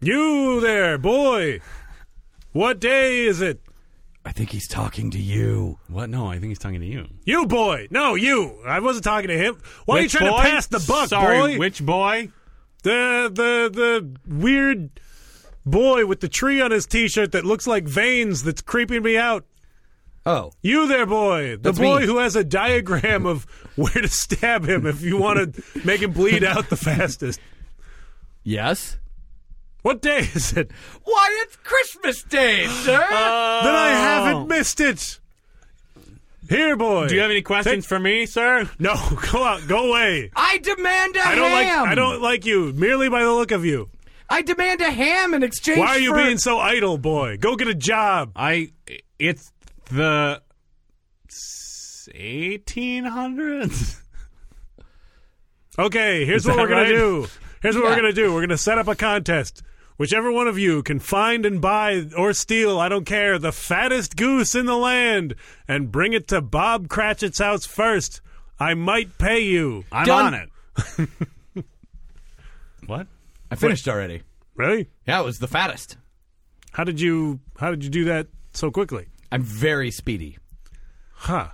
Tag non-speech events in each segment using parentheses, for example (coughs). You there, boy! What day is it? I think he's talking to you. What? No, I think he's talking to you. You boy! No, you! I wasn't talking to him. Why Which are you trying boy? to pass the buck, Sorry, boy? which boy? the the the weird boy with the tree on his t-shirt that looks like veins that's creeping me out. Oh, You there, boy. The That's boy me. who has a diagram of where to stab him if you want to make him bleed out the fastest. yes. What day is it? Why, it's (gasps) Christmas Day, sir. Then Oh. I haven't missed it. Here, boy. Do you have any questions for me, sir? No, (laughs) go out. Go away. I demand a I don't like ham. I don't like you merely by the look of you. I demand a ham in exchange. Why are you for- being so idle, boy? Go get a job. I. It's the. 1800s? Okay, here's what that we're gonna right? do. Here's what we're Yeah. gonna do. We're gonna set up a contest. Whichever one of you can find and buy or steal, I don't care, the fattest goose in the land and bring it to Bob Cratchit's house first. I might pay you. I'm Done. on it. what? I finished already. Really? Yeah, it was the fattest. How did you how did you do that so quickly? I'm very speedy. Huh.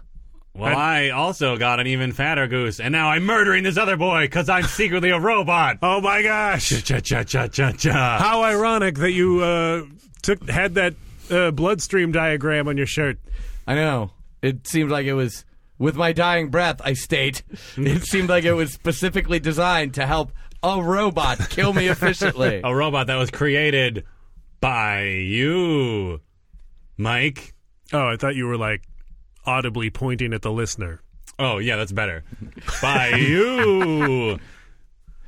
Well, I also got an even fatter goose, and now I'm murdering this other boy because I'm secretly a (laughs) robot. Oh my gosh. Cha cha cha cha cha. How ironic that you uh, took had that uh, bloodstream diagram on your shirt. I know. It seemed like it was. With my dying breath, (laughs) I state, it seemed like it was specifically designed to help a robot kill (laughs) me efficiently. A robot that was created by you, Mike. Oh, I thought you were like audibly pointing at the listener. Oh yeah, that's better. By you.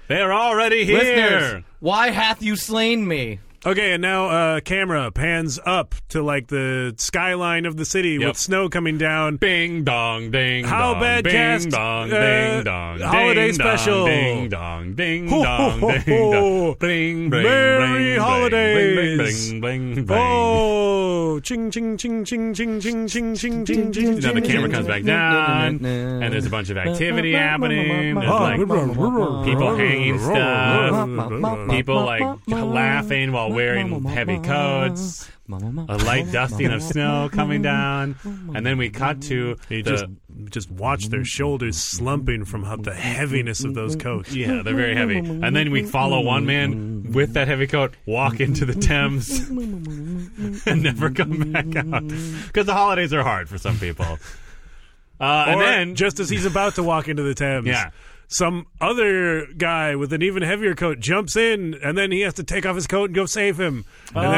They're already here. Listeners, why hath you slain me? Okay, and now uh, camera pans up to like the skyline of the city Yep. with snow coming down. Bing dong ding. How dong, bad Bing cast, dong uh, ding dong. holiday ding special. Dong, ding dong ding Ho, dong ho, ho, ding ho. dong. Bling bling Merry bling, holidays. Bling bling bling bling. Oh, ching ching ching ching ching ching ching ching ching ching. Then the camera comes back down, and there's a bunch of activity happening. There's Oh, (laughs) like people hanging stuff, Um, (laughs) people like laughing while wearing heavy coats, a light dusting of snow coming down, and then we cut to You the, just just watch their shoulders slumping from how the heaviness of those coats. yeah, they're very heavy, and then we follow one man with that heavy coat walk into the Thames (laughs) and never come back out because the holidays are hard for some people. Uh, and Or then just as he's about to walk into the Thames, Yeah. some other guy with an even heavier coat jumps in, and then he has to take off his coat and go save him. And Oh.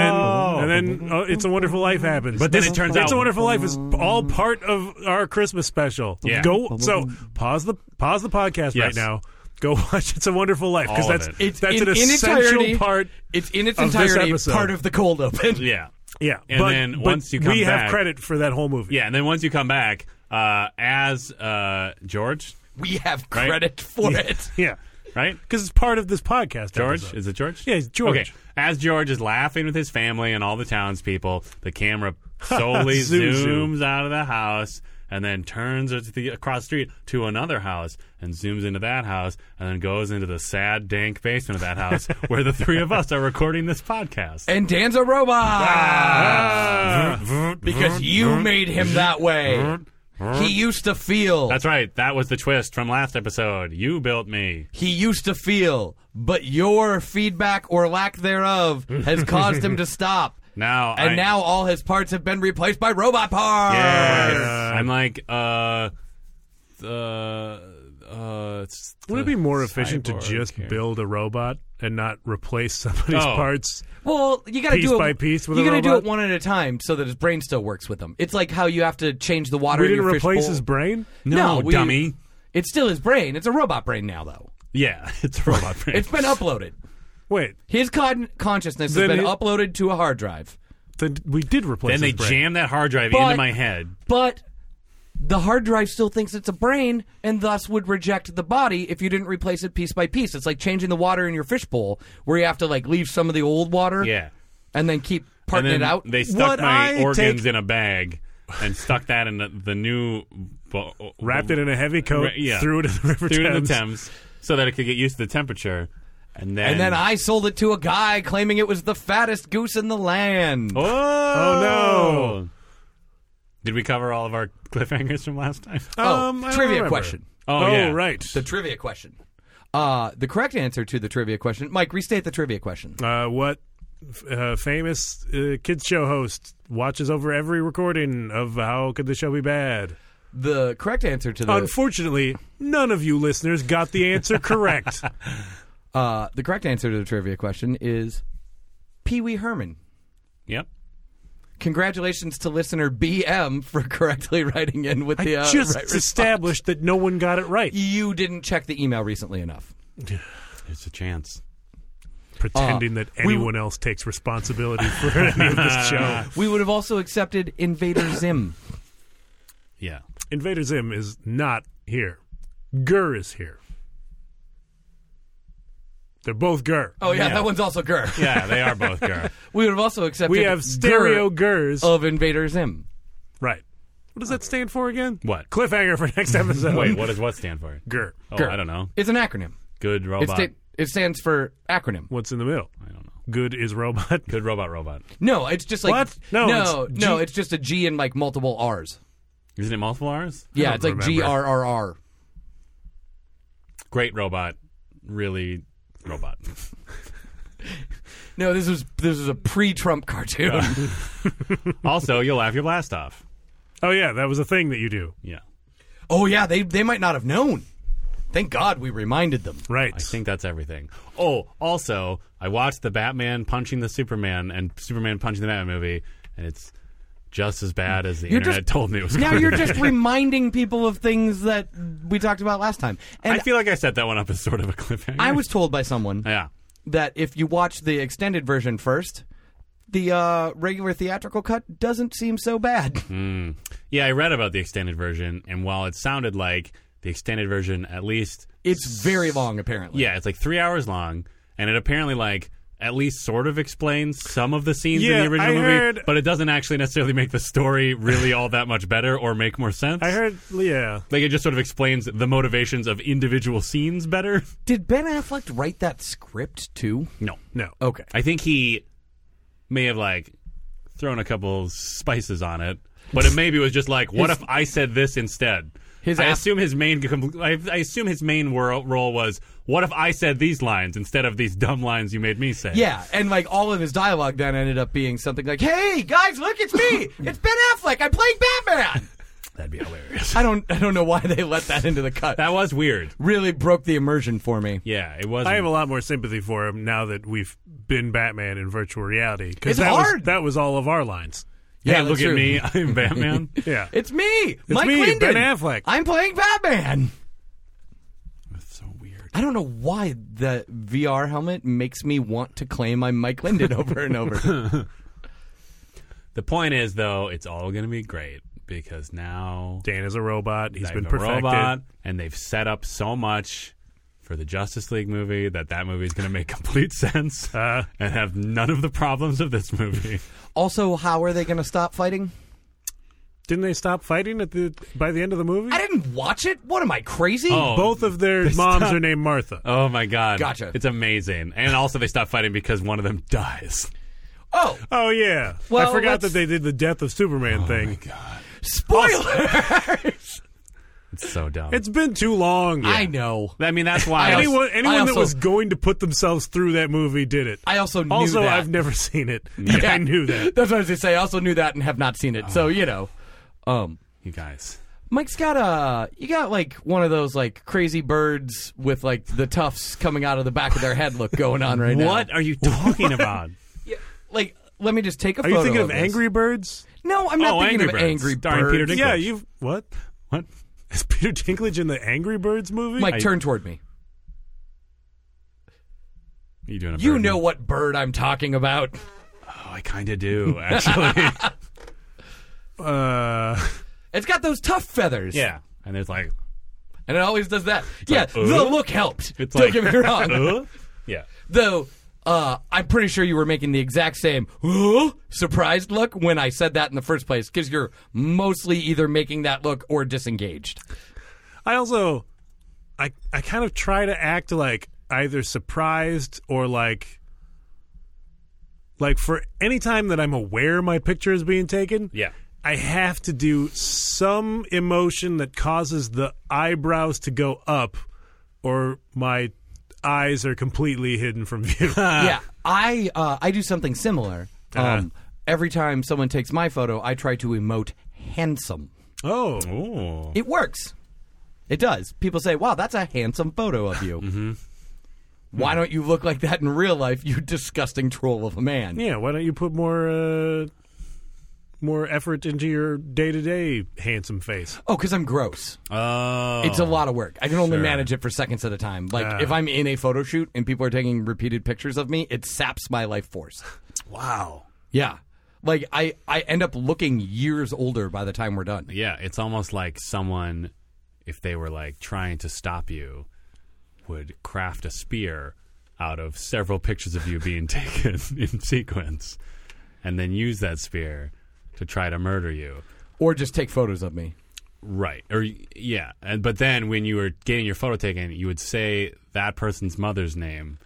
then, and then uh, it's a wonderful life happens. But then This- it turns it's out- a wonderful life is all part of our Christmas special. Yeah. Go. So pause the pause the podcast right Yes. now. Go (laughs) watch It's a Wonderful Life because All of that's it. It's that's in, an in essential entirety, part. It's in its of this entirety episode. part of the cold open. yeah. Yeah, And but, then but once you come we have back- credit for that whole movie. Yeah, and then once you come back, uh, as uh, George, (laughs) We have Right? credit for it. yeah, right? because it's part of this podcast. George episode. is it George? Yeah, it's George. Okay, as George is laughing with his family and all the townspeople, (laughs) the camera solely Zoom, zooms zoom. out of the house and then turns it to the, across the street to another house and zooms into that house and then goes into the sad, dank basement of (laughs) that house where the three of us are recording this podcast. Uh, And Dan's a robot Ah. because you made him that way. He used to feel. That's right. That was the twist from last episode. You built me. he used to feel, but your feedback or lack thereof has caused (laughs) him to stop. Now And I- now all his parts have been replaced by robot parts. Yes. I'm like, uh, uh, uh, it's Would it the be more efficient to cyborg just here. build a robot and not replace (laughs) somebody's Oh. parts? Well, you got to Piece do it by piece with You a gotta do robot? it one at a time so that his brain still works with him. It's like how you have to change the water. We in didn't your replace fishbowl. his brain. No, we- dummy. It's still his brain. It's a robot brain now, though. Yeah, (laughs) it's a robot brain. It's been uploaded. Wait, His con- consciousness has Then been it- uploaded to a hard drive, then we did replace. then they his brain. jam that hard drive But- into my head. but the hard drive still thinks it's a brain and thus would reject the body if you didn't replace it piece by piece. It's like changing the water in your fishbowl, where you have to like leave some of the old water, Yeah. and then keep And parting then it out. they stuck What my I organs take- in a bag and stuck that in the, the new. bo- wrapped it in a heavy coat, Ra- yeah. threw it in the river threw it in the Thames. Thames so that it could get used to the temperature. And then, And then I sold it to a guy claiming it was the fattest goose in the land. Oh, Oh, no! Did we cover all of our cliffhangers from last time? Oh, Um, I don't trivia remember. question. Oh, yeah. right. The trivia question. Uh, the correct answer to the trivia question. Mike, restate the trivia question. Uh, what f- uh, famous uh, kids show host watches over every recording of How Could the Show Be Bad? The correct answer to the Unfortunately, none of you listeners got the (laughs) answer correct. uh, the correct answer to the trivia question is Pee Wee Herman. Yep. Congratulations to listener BM for (laughs) correctly writing in with the uh, Just right response. established that no one got it right. You didn't check the email recently enough. There's a chance. Pretending Uh, that we- anyone else takes responsibility for any of (laughs) this show. We would have also accepted Invader (laughs) Zim. Yeah. Invader Zim is not here. Gur is here. They're both Gur. Oh yeah, Yeah. that one's also Gur. Yeah, they are both girl. We would have also accepted. we have stereo Gurr Gurs. Oh. of Invader Zim. Right. What does that stand for again? (laughs) What? Cliffhanger for next episode. Wait, what does what stand for? Gur. Oh, Girl. I don't know. It's an acronym. Good It's robot. ta- it stands for acronym. What's in the middle? I don't know. Good is robot. Good robot robot. No, it's just like What? No, no, it's no, G- it's just a G and like multiple R's. Isn't it multiple R's? Yeah, don't it's like remember. G R R R. Great robot. Really robot. No, this is this is a pre-Trump cartoon. also, you'll laugh your blast off. Oh yeah, that was a thing that you do. Yeah. (laughs) oh yeah, they they might not have known. Thank God we reminded them. Right. I think that's everything. Oh, also, I watched the Batman punching the Superman and Superman punching the Batman movie, and it's just as bad as the You're internet just- told me it was. Now going you're to (laughs) just be. reminding people of things that we talked about last time. I And feel like I set that one up as sort of a cliffhanger. I was told by someone Yeah. that if you watch the extended version first, the uh, regular theatrical cut doesn't seem so bad. (laughs) Yeah, I read about the extended version, and while it sounded like the extended version, at least, It's very long, apparently. yeah, it's like three hours long, and it apparently, like, at least sort of explains some of the scenes in Yeah, the original I movie, heard- but it doesn't actually necessarily make the story really all that much better or make more sense. I heard. Yeah. Like it just sort of explains the motivations of individual scenes better. (laughs) Did Ben Affleck write that script too? No, No. Okay. I think he may have like thrown a couple spices on it, but it maybe was just like, what His- if I said this instead? His I ass- assume his main com- I, I assume his main wor- role was, what if I said these lines instead of these dumb lines you made me say? Yeah, and like all of his dialogue then ended up being something like, "Hey guys, look, it's me! It's Ben Affleck. I'm playing Batman." that'd be hilarious. I don't, I don't know why they let that into the cut. That that was weird. really broke the immersion for me. Yeah, it was. I have a lot more sympathy for him now that we've been Batman in virtual reality because It's that was hard. that was all of our lines. Hey, Yeah, look that's at true. me, (laughs) I'm Batman. (laughs) Yeah. (laughs) It's me, Mike me, Linden. Ben Affleck. I'm playing Batman. That's so weird. I don't know why the VR helmet makes me want to claim I'm Mike Linden over and over. The point is, though, it's all going to be great because now Dan is a robot. He's He's been perfected. robot, and they've set up so much for the Justice League movie that that movie is going to make (laughs) complete sense Uh, and have none of the problems of this movie. also, how are they going to stop fighting? Didn't they stop fighting at the by the end of the movie? I didn't watch it. What am I crazy? (laughs) Oh, Both of their moms stopped- are named Martha. Oh my god! Gotcha. It's amazing, and also they stop fighting because one of them (laughs) dies. oh Oh yeah. I Well, forgot that let's- they did the death of Superman thing. God, (laughs) spoilers! it's so dumb. It's been too long. I know. I mean, that's why. I anyone also- anyone that also- was going to put themselves through that movie did it. I also knew also, that. I've (laughs) never seen it. and I knew that. That's what I was gonna say. I also knew that and have not seen it. So you know, um, you guys. Mike's got a you got like one of those like crazy birds with like the tufts coming out of the back of their head look going on right now. What are you (laughs) talking about? Yeah, like, let me just take a Are photo. you thinking of this. Angry Birds? No, I'm not Oh, thinking Angry of Birds. Angry Starring Birds. Peter Dinklage. Yeah, you've what? What? Is Peter Dinklage in the Angry Birds movie? Mike, I- turn toward me. Are you doing? A You bird? know what bird I'm talking about. Oh, I kind of do actually. uh, It's got those tough feathers. (laughs) yeah, and there's like, And it always does that. yeah, like, the uh? look helped. It's Don't like, get me wrong. uh? yeah. Though, uh, I'm pretty sure you were making the exact same "Huh?" surprised look when I said that in the first place, because you're mostly either making that look or disengaged. I also, I I kind of try to act like either surprised or like like for any time that I'm aware my picture is being taken, Yeah. I have to do some emotion that causes the eyebrows to go up or my eyes are completely hidden from view. (laughs) yeah, I uh, I do something similar. Um, Every time someone takes my photo, I try to emote handsome. oh. Ooh. It works. It does. People say, "Wow, that's a handsome photo of you." Why don't you look like that in real life, you disgusting troll of a man? Yeah, why don't you put more uh, more effort into your day-to-day handsome (laughs) face? Oh, because I'm gross. Oh. It's a lot of work. I can only Sure. manage it for seconds at a time. Like Yeah. if I'm in a photo shoot and people are taking repeated pictures of me, it saps my life force. (laughs) wow. Yeah. Like I, I end up looking years older by the time we're done. Yeah, it's almost like someone, if they were like trying to stop you, would craft a spear out of several pictures of you being (laughs) taken in sequence, and then use that spear to try to murder you. Or just take photos of me. Right. Or yeah, and but then when you were getting your photo taken, you would say that person's mother's name.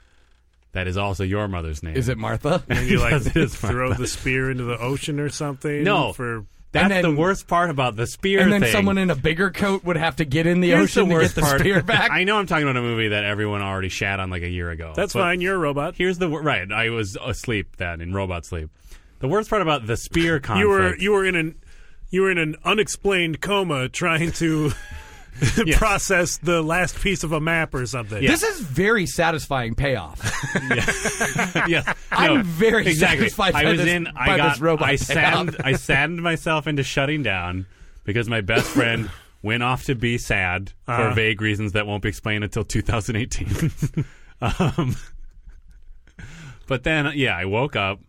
That is also your mother's name. Is it Martha? And you like Yes, it is throw the spear into the ocean or something? No. for That's And then- the worst part about the spear (laughs) and then thing. someone in a bigger coat would have to get in the Here's ocean the to get worst the part. spear (laughs) back. I know I'm talking about a movie that everyone already shat on like a year ago. that's but fine. You're a robot. Here's the wor- right. I was asleep then in robot sleep. The worst part about (laughs) the spear conflict. You were you were in an you were in an unexplained coma trying to (laughs) process the last piece of a map or something. This is very satisfying (laughs) payoff. (laughs) (laughs) yes. I'm No, very exactly. satisfied I by was this- in. by I got. this robot (laughs) I payoff. saddened. I saddened myself into shutting down because my best (laughs) friend went off to be sad Uh-huh. for vague reasons that won't be explained until 2018. (laughs) um, (laughs) but then, yeah, I woke up.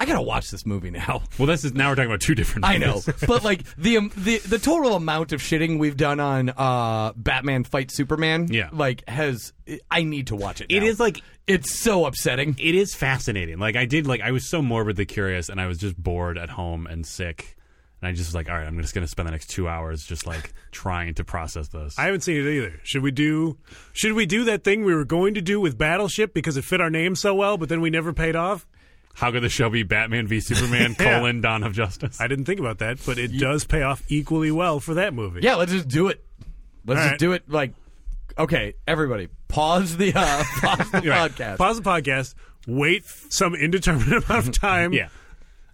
I gotta watch this movie now. Well, this is now we're talking about two different. I know, movies. (laughs) but like the um, the the total amount of shitting we've done on uh, Batman fight Superman, Yeah. like has I need to watch it. It now. is like it's so upsetting. it is fascinating. Like I did, like I was so morbidly curious, and I was just bored at home and sick, and I just was like, all right, I'm just gonna spend the next two hours just like trying to process this. I haven't seen it either. Should we do should we do that thing we were going to do with Battleship because it fit our name so well, but then we never paid off? How could the show be Batman v (laughs) Superman Yeah. colon Dawn of Justice? I didn't think about that, but it does pay off equally well for that movie. Yeah, let's just do it. Let's All just right. do it. Like, okay, everybody, pause the uh, (laughs) pause the Right. podcast. Pause the podcast. Wait some indeterminate (laughs) amount of time. yeah,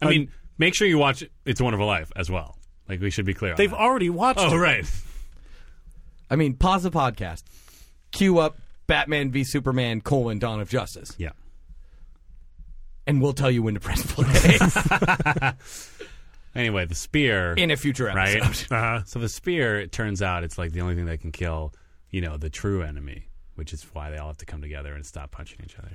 I mean, make sure you watch It's a Wonderful Life as well. Like we should be clear. on They've that. already watched Oh (laughs) it. right. I mean, pause the podcast. Cue up Batman v Superman: colon Dawn of Justice, Yeah. and we'll tell you when to press (laughs) play Anyway, the spear in a future right. episode. (laughs) Uh-huh. So the spear, it turns out, it's like the only thing that can kill, you know, the true enemy, which is why they all have to come together and stop punching each other.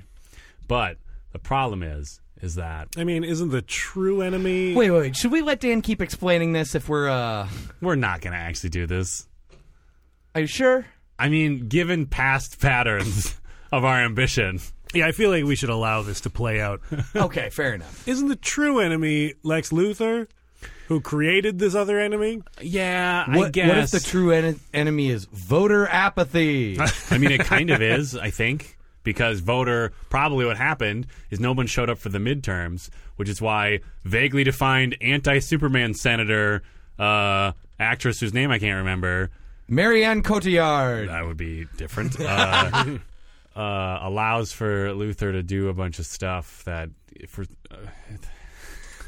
But the problem is, is that I mean, isn't the true enemy Wait, wait, wait. Should we let Dan keep explaining this? If we're, uh, we're not going to actually do this. are you sure? I mean, given past (laughs) patterns of our ambition, Yeah, I feel like we should allow this to play out. Okay, fair enough. Isn't the true enemy Lex Luthor, who created this other enemy? yeah, What, I guess. what if the true en- enemy is voter (laughs) apathy? I mean, it kind of is, I think, because voter probably what happened is no one showed up for the midterms, which is why vaguely defined anti Superman senator, uh, actress whose name I can't remember, Marianne Cotillard. that would be different, uh, uh, allows for Luther to do a bunch of stuff that. For, uh,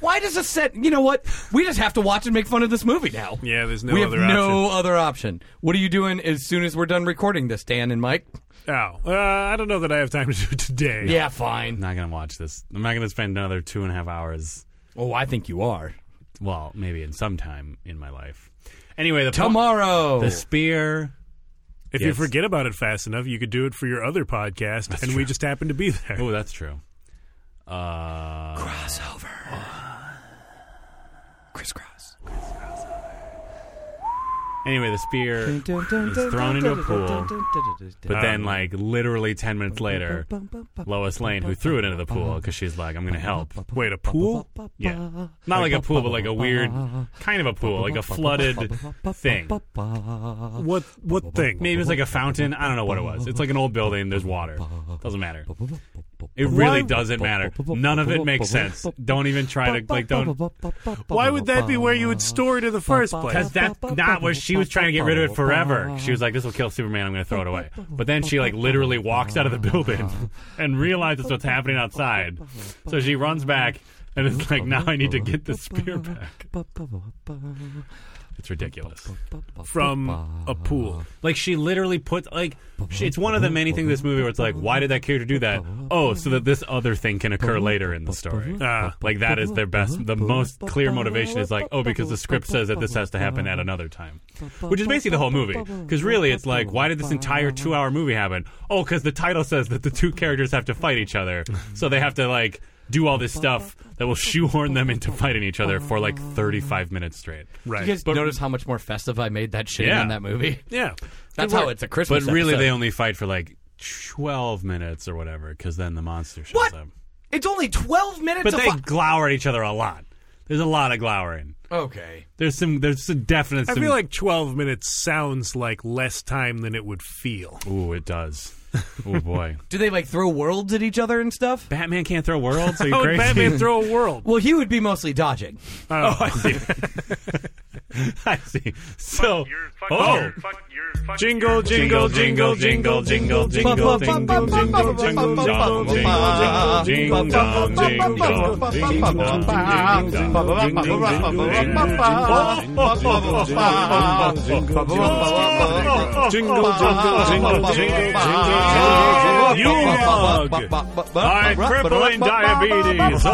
Why does this set? You know what? We just have to watch and make fun of this movie now. Yeah, there's no we have other no other option. What are you doing as soon as we're done recording this, Dan and Mike? option. Oh, uh, I don't know that I have time to do it today. Yeah, fine. I'm (laughs) not going to watch this. I'm not going to spend another two and a half hours. Oh, I think you are. Well, maybe in some time in my life. Anyway, the po- Tomorrow. the spear. If you Yes. forget about it fast enough, you could do it for your other podcast, and we just happen to be there. Oh, that's true. Uh, crossover. Crisscross. Anyway, the spear is thrown into a pool, but then like literally ten minutes later, Lois Lane, who threw it into the pool because she's like, "I'm gonna help." Wait, a pool? Yeah, not like a pool, but like a weird kind of a pool, like a flooded thing. What what thing? Maybe it's like a fountain. I don't know what it was. It's like an old building. There's water. Doesn't matter. It really Why- doesn't matter. None of it makes sense. Don't even try to like don't Why would that be where you would store it in the first place? Because that's not where she was trying to get rid of it forever. She was like, "This will kill Superman. I'm going to throw it away." But then she like literally walks out of the building (laughs) and realizes what's happening outside. So she runs back and is like, "Now I need to get this spear back." It's ridiculous. From a pool. Like she literally put like she, it's one of the many things in this movie where it's like, "Why did that character do that?" Oh, so that this other thing can occur later in the story. Ah. Like that is their best. The most clear motivation is like, oh, because the script says that this has to happen at another time, which is basically the whole movie. Because really, it's like, why did this entire two-hour movie happen? Oh, because the title says that the two characters have to fight each other, so they have to like do all this stuff that will shoehorn them into fighting each other for like 35 minutes straight. Right. You guys notice how much more festive I made that shit Yeah. in that movie? yeah. That's how it's a But Christmas. really, episode. they only fight for like 12 minutes or whatever, because then the monster shows What? up. It's only twelve minutes. But of they fu- glower at each other a lot. There's a lot of glowering. okay. There's some. There's some definite. I some- feel like 12 minutes sounds like less time than it would feel. Ooh, it does. Oh (laughs) boy, Do they like throw worlds at each other and stuff? Batman can't throw worlds. Are you How would crazy? Oh, (laughs) (laughs) Batman throw a world? Well, he would be mostly dodging. oh, (laughs) I see. I see. So, oh, Jingle, jingle, jingle, jingle, jingle, jingle, jingle, jingle, jingle, jingle, jingle, jingle, jingle, jingle, jingle, jingle, jingle, jingle, jingle, jingle. You log. I'm crippling diabetes. Oh,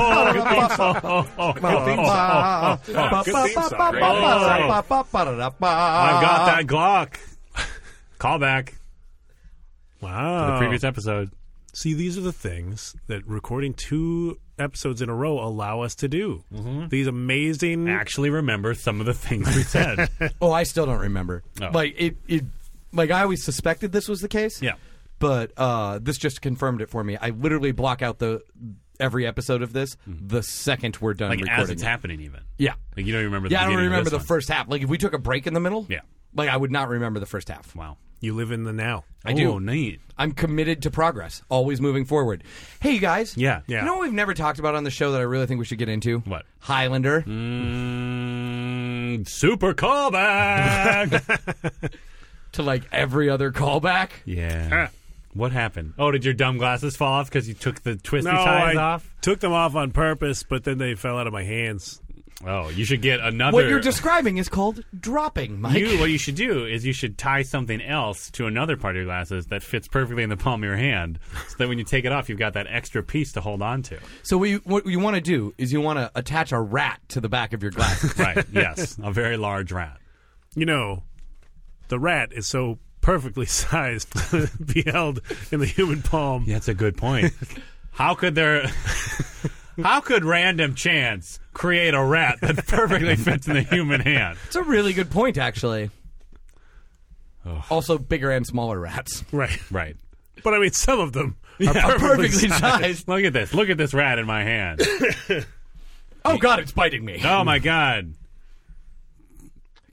I've got that Glock. Call back the wow. previous episode. See, these are the things that recording two episodes in a row allow us to do. These amazing. Mm-hmm. Actually, remember some of the things we (laughs) said. Oh, I still don't remember. Oh. Like it, it, like I always suspected this was the case. Yeah. but uh, this just confirmed it for me. I literally block out the every episode of this the second we're done like recording. as it's it. happening, even. yeah, Like you don't remember. The yeah. I don't beginning of remember the this one. first half. Like if we took a break in the middle, Yeah. like I would not remember the first half. Wow. You live in the now. I do. Oh, neat. I'm committed to progress, always moving forward. Hey, you guys. Yeah. Yeah. You know what we've never talked about on the show that I really think we should get into? What? Hmm? Highlander. Mm, (laughs) super callback. (laughs) To like every other callback. yeah. What happened? Oh, did your dumb glasses fall off because you took the twisty No, ties I off? took them off on purpose, but then they fell out of my hands. Oh, you should get another. What you're describing is called dropping, Mike. (laughs) You, what you should do is you should tie something else to another part of your glasses that fits perfectly in the palm of your hand, so that when you take it off, you've got that extra piece to hold on to. So what you, what you want to do is you want to attach a rat to the back of your (laughs) glasses. (laughs) Right? yes, a very large rat. You know, the rat is so perfectly (laughs) sized to be held in the human palm. Yeah, that's a good (laughs) point. how could there? (laughs) how could random chance create a rat that perfectly fits in the human hand? it's a really good point, actually. Also, bigger and smaller rats Right. Right. But I mean, some of them (laughs) are are perfectly perfectly sized. sized. Look at this. Look at this rat in my hand. Oh God, it's biting me. Oh my god.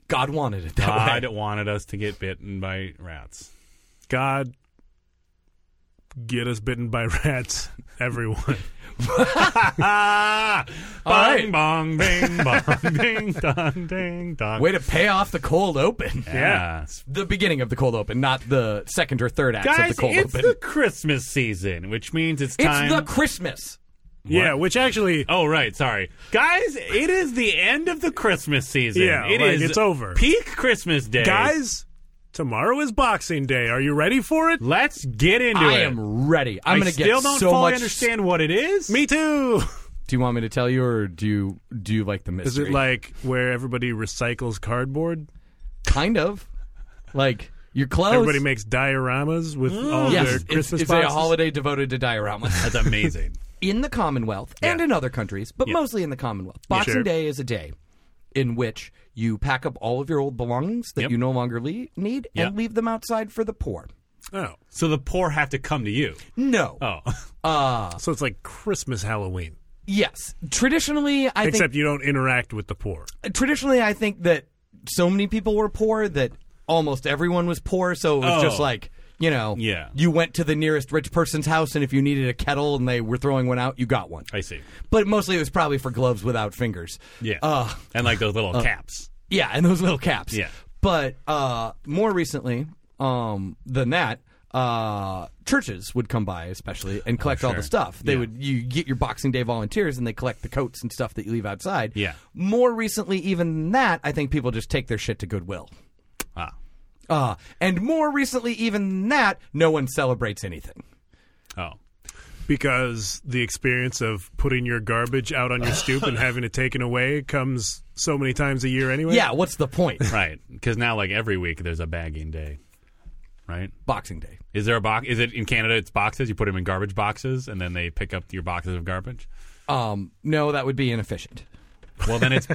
God wanted it that God way. wanted us to get bitten by rats. God, get us bitten by (laughs) rats, (laughs) everyone. Ah! All Bong bong bing (laughs) bong ding dong ding dong. Way to pay off the cold open. yeah. The beginning of the cold open, not the second or third acts Guys, of the cold it's open. the Christmas season, which means it's it's time the Christmas. Yeah, which actually, Oh right, sorry, guys. It is the end of the Christmas season. Yeah, it like, is it's over. Peak Christmas day, guys, tomorrow is Boxing Day. Are you ready for it? Let's get into I it. am ready. I'm I gonna still get don't so fully much. understand what it is. Me too. Do you want me to tell you, or do you do you like the mystery? Is it like where everybody recycles cardboard? kind of like you're close? Everybody makes dioramas with all yes, their it's- Christmas it's, a boxes? holiday devoted to (laughs) dioramas. That's amazing. in the Commonwealth and in other countries, but mostly in the Commonwealth. Boxing Sure. Day is a day in which You pack up all of your old belongings that Yep. you no longer le- need Yeah. and leave them outside for the poor. Oh, So the poor have to come to you. No. Oh, so it's like Christmas Halloween, Yes. Traditionally, I think except you don't interact with the poor. traditionally I think that so many people were poor that almost everyone was poor, so it was Oh. just like you know, Yeah. you went to the nearest rich person's house, and if you needed a kettle and they were throwing one out, you got one. I see. But mostly it was probably for gloves without fingers. Yeah. Uh, and like those little caps. yeah, and those little caps. Yeah. But uh, more recently um, than that, uh, churches would come by, especially, and collect all the Oh, sure. stuff. They Yeah. would you get your Boxing Day volunteers, and they collect the coats and stuff that you leave outside. Yeah. More recently, even than that, I think people just take their shit to Goodwill. Ah. Uh, and more recently, even than that, no one celebrates anything. Oh. because the experience of putting your garbage out on your stoop (laughs) and having it taken away comes so many times a year anyway. Yeah, what's the point? (laughs) Right. Because now, like every week, there's a bagging day. Right? Boxing Day. Is there a box? Is it in Canada? It's boxes. You put them in garbage boxes, and then they pick up your boxes of garbage. Um, no, that would be inefficient. Well, then (laughs) it's.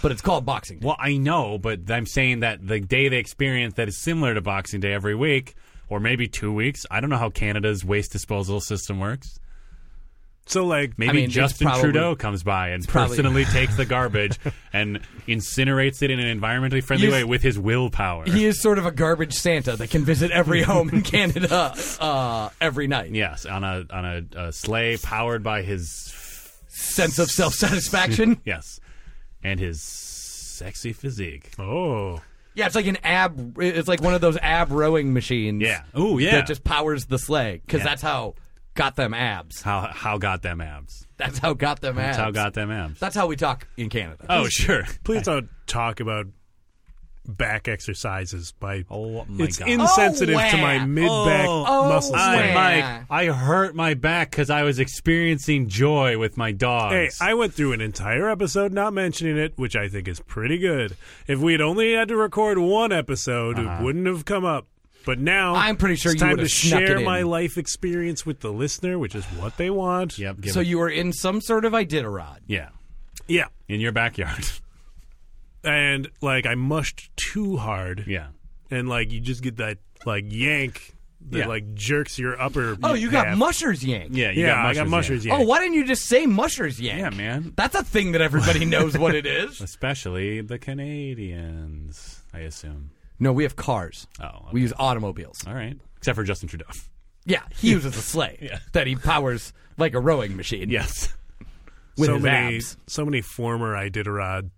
But it's called Boxing Day. well, I know, but I'm saying that the day they experience that is similar to Boxing Day every week, or maybe two weeks. I don't know how Canada's waste disposal system works. So like Maybe I mean, it's Justin probably- Trudeau comes by and probably- (laughs) personally takes the garbage and incinerates it in an environmentally friendly You've- way with his willpower. He is sort of a garbage Santa that can visit (laughs) every home in Canada uh, every night. yes, on a on a, a sleigh powered by his Sense of self satisfaction. (laughs) yes, and his sexy physique. oh yeah, it's like an ab. It's like one of those ab rowing machines. Yeah. Ooh, yeah. That just powers the sleigh because Yeah. that's how got them abs. How how got them abs? That's how got them abs. That's how got them abs. That's how we talk in Canada. oh sure. please don't talk about back exercises by Oh my it's god. insensitive Oh, to my wah. mid back Oh. muscles. I, Yeah. Mike, I hurt my back because I was experiencing joy with my Hey, dogs. I went through an entire episode not mentioning it, which I think is pretty good. If we had only had to record one episode, it wouldn't have come up. But now Uh-huh. I'm pretty sure it's you time would to have snuck it share my in. life experience with the listener, which is what they want. yep. give so it- you were in some sort of Iditarod. yeah, Yeah. in your backyard. (laughs) and like I mushed too hard, yeah. and like you just get that like yank that Yeah. like jerks your upper. Oh, you got half. mushers yank. Yeah. You Yeah, got I got mushers. Oh, Yank. why didn't you just say mushers yank? Yeah, man. That's a thing that (laughs) everybody knows what it is. Especially the Canadians, I assume. No, we have cars. Oh, okay. We use automobiles. All right. Except for Justin Trudeau. (laughs) Yeah, he uses a sleigh that he powers like a rowing machine. Yes. with so his many, abs. so many former Iditarod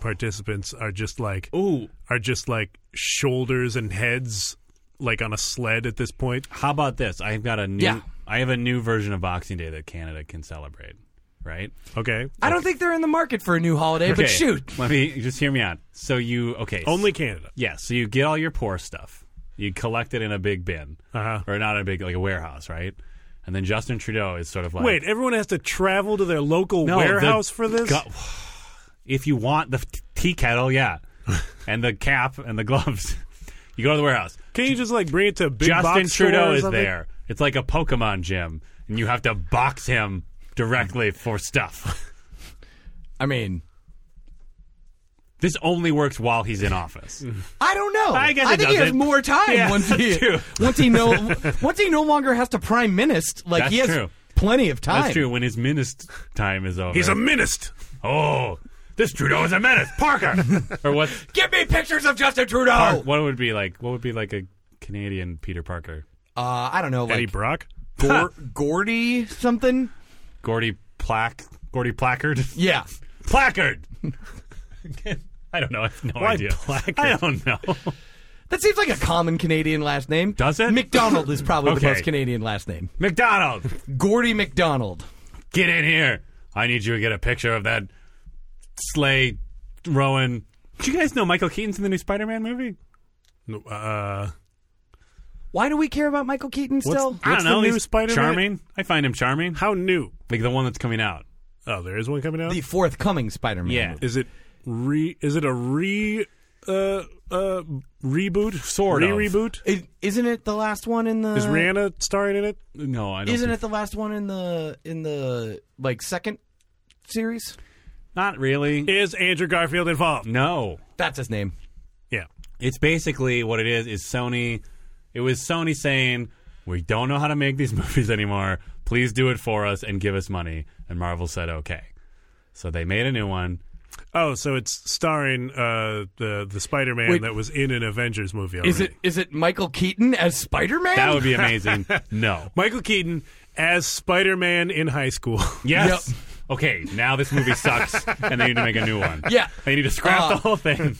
participants are just like Ooh. are just like shoulders and heads like on a sled at this point. How about this? I've got a new. Yeah. I have a new version of Boxing Day that Canada can celebrate. Right. Okay, I don't think they're in the market for a new holiday, but shoot. Let me just hear me out. So you okay? only Canada. Yeah, so you get all your poor stuff. You collect it in a big bin. Uh-huh. Or not a big, like a warehouse, right? And then Justin Trudeau is sort of like. Wait, everyone has to travel to their local no, the- warehouse for this. Go- if you want the f- tea (laughs) kettle, yeah. and the cap and the gloves. (laughs) You go to the warehouse. Can you just like bring it to a big Justin box store Trudeau or is something? there. It's like a Pokemon gym, and you have to box him directly (laughs) for stuff. I mean, This only works while he's (laughs) in office. I don't know. I guess it think he has doesn't. more time Yeah, once he that's true. (laughs) once he no (laughs) once he no longer has to prime minister. Like he has That's true. plenty of time. That's true. When his minister time is over, He's a minister. oh, this Trudeau is a menace, (laughs) Parker. or what's Give me pictures of Justin Trudeau. Oh. Park- what would be like? What would be like a Canadian Peter Parker? Uh, I don't know, Eddie like (laughs) Brock. Gor- Gordy something. Gordy Plaque? Gordy Placard? (laughs) Yeah, placard! (laughs) I don't know. I have no Why idea. Placard? I don't know. (laughs) that seems like a common Canadian last name. Does it? McDonald is probably the (laughs) Okay. most Canadian last name. McDonald, Gordy McDonald. get in here. I need you to get a picture of that sleigh Rowan. Did you guys know Michael Keaton's in the new Spider-Man movie? No, Uh, Why do we care about Michael Keaton still? What's I don't the know. new he's Spider-Man? Charming. I find him charming. how new? Like the one that's coming out. Uh, Oh, there is one coming out. the forthcoming Spider-Man. Yeah. movie. Is it re? Is it a re? Uh, uh, reboot, Sort of. Uh, re-reboot. It, isn't it the last one in the? Is Rihanna starring in it? No, I don't. Isn't think- it the last one in the in the like second series? Not really. Is Andrew Garfield involved? No. That's his name. Yeah. It's basically what it is is Sony it was Sony saying, "We don't know how to make these (laughs) movies anymore. Please do it for us and give us money." And Marvel said, "Okay." So they made a new one. Oh, so it's starring uh, the the Spider Man Wait. that was in an Avengers movie. Already. Is it is it Michael Keaton as Spider Man? That would be (laughs) amazing. no. Michael Keaton as Spider Man in high (laughs) school? Yes. Okay, now this movie sucks and they need to make a new (laughs) one. Yeah. They need to scrap Uh, the whole thing.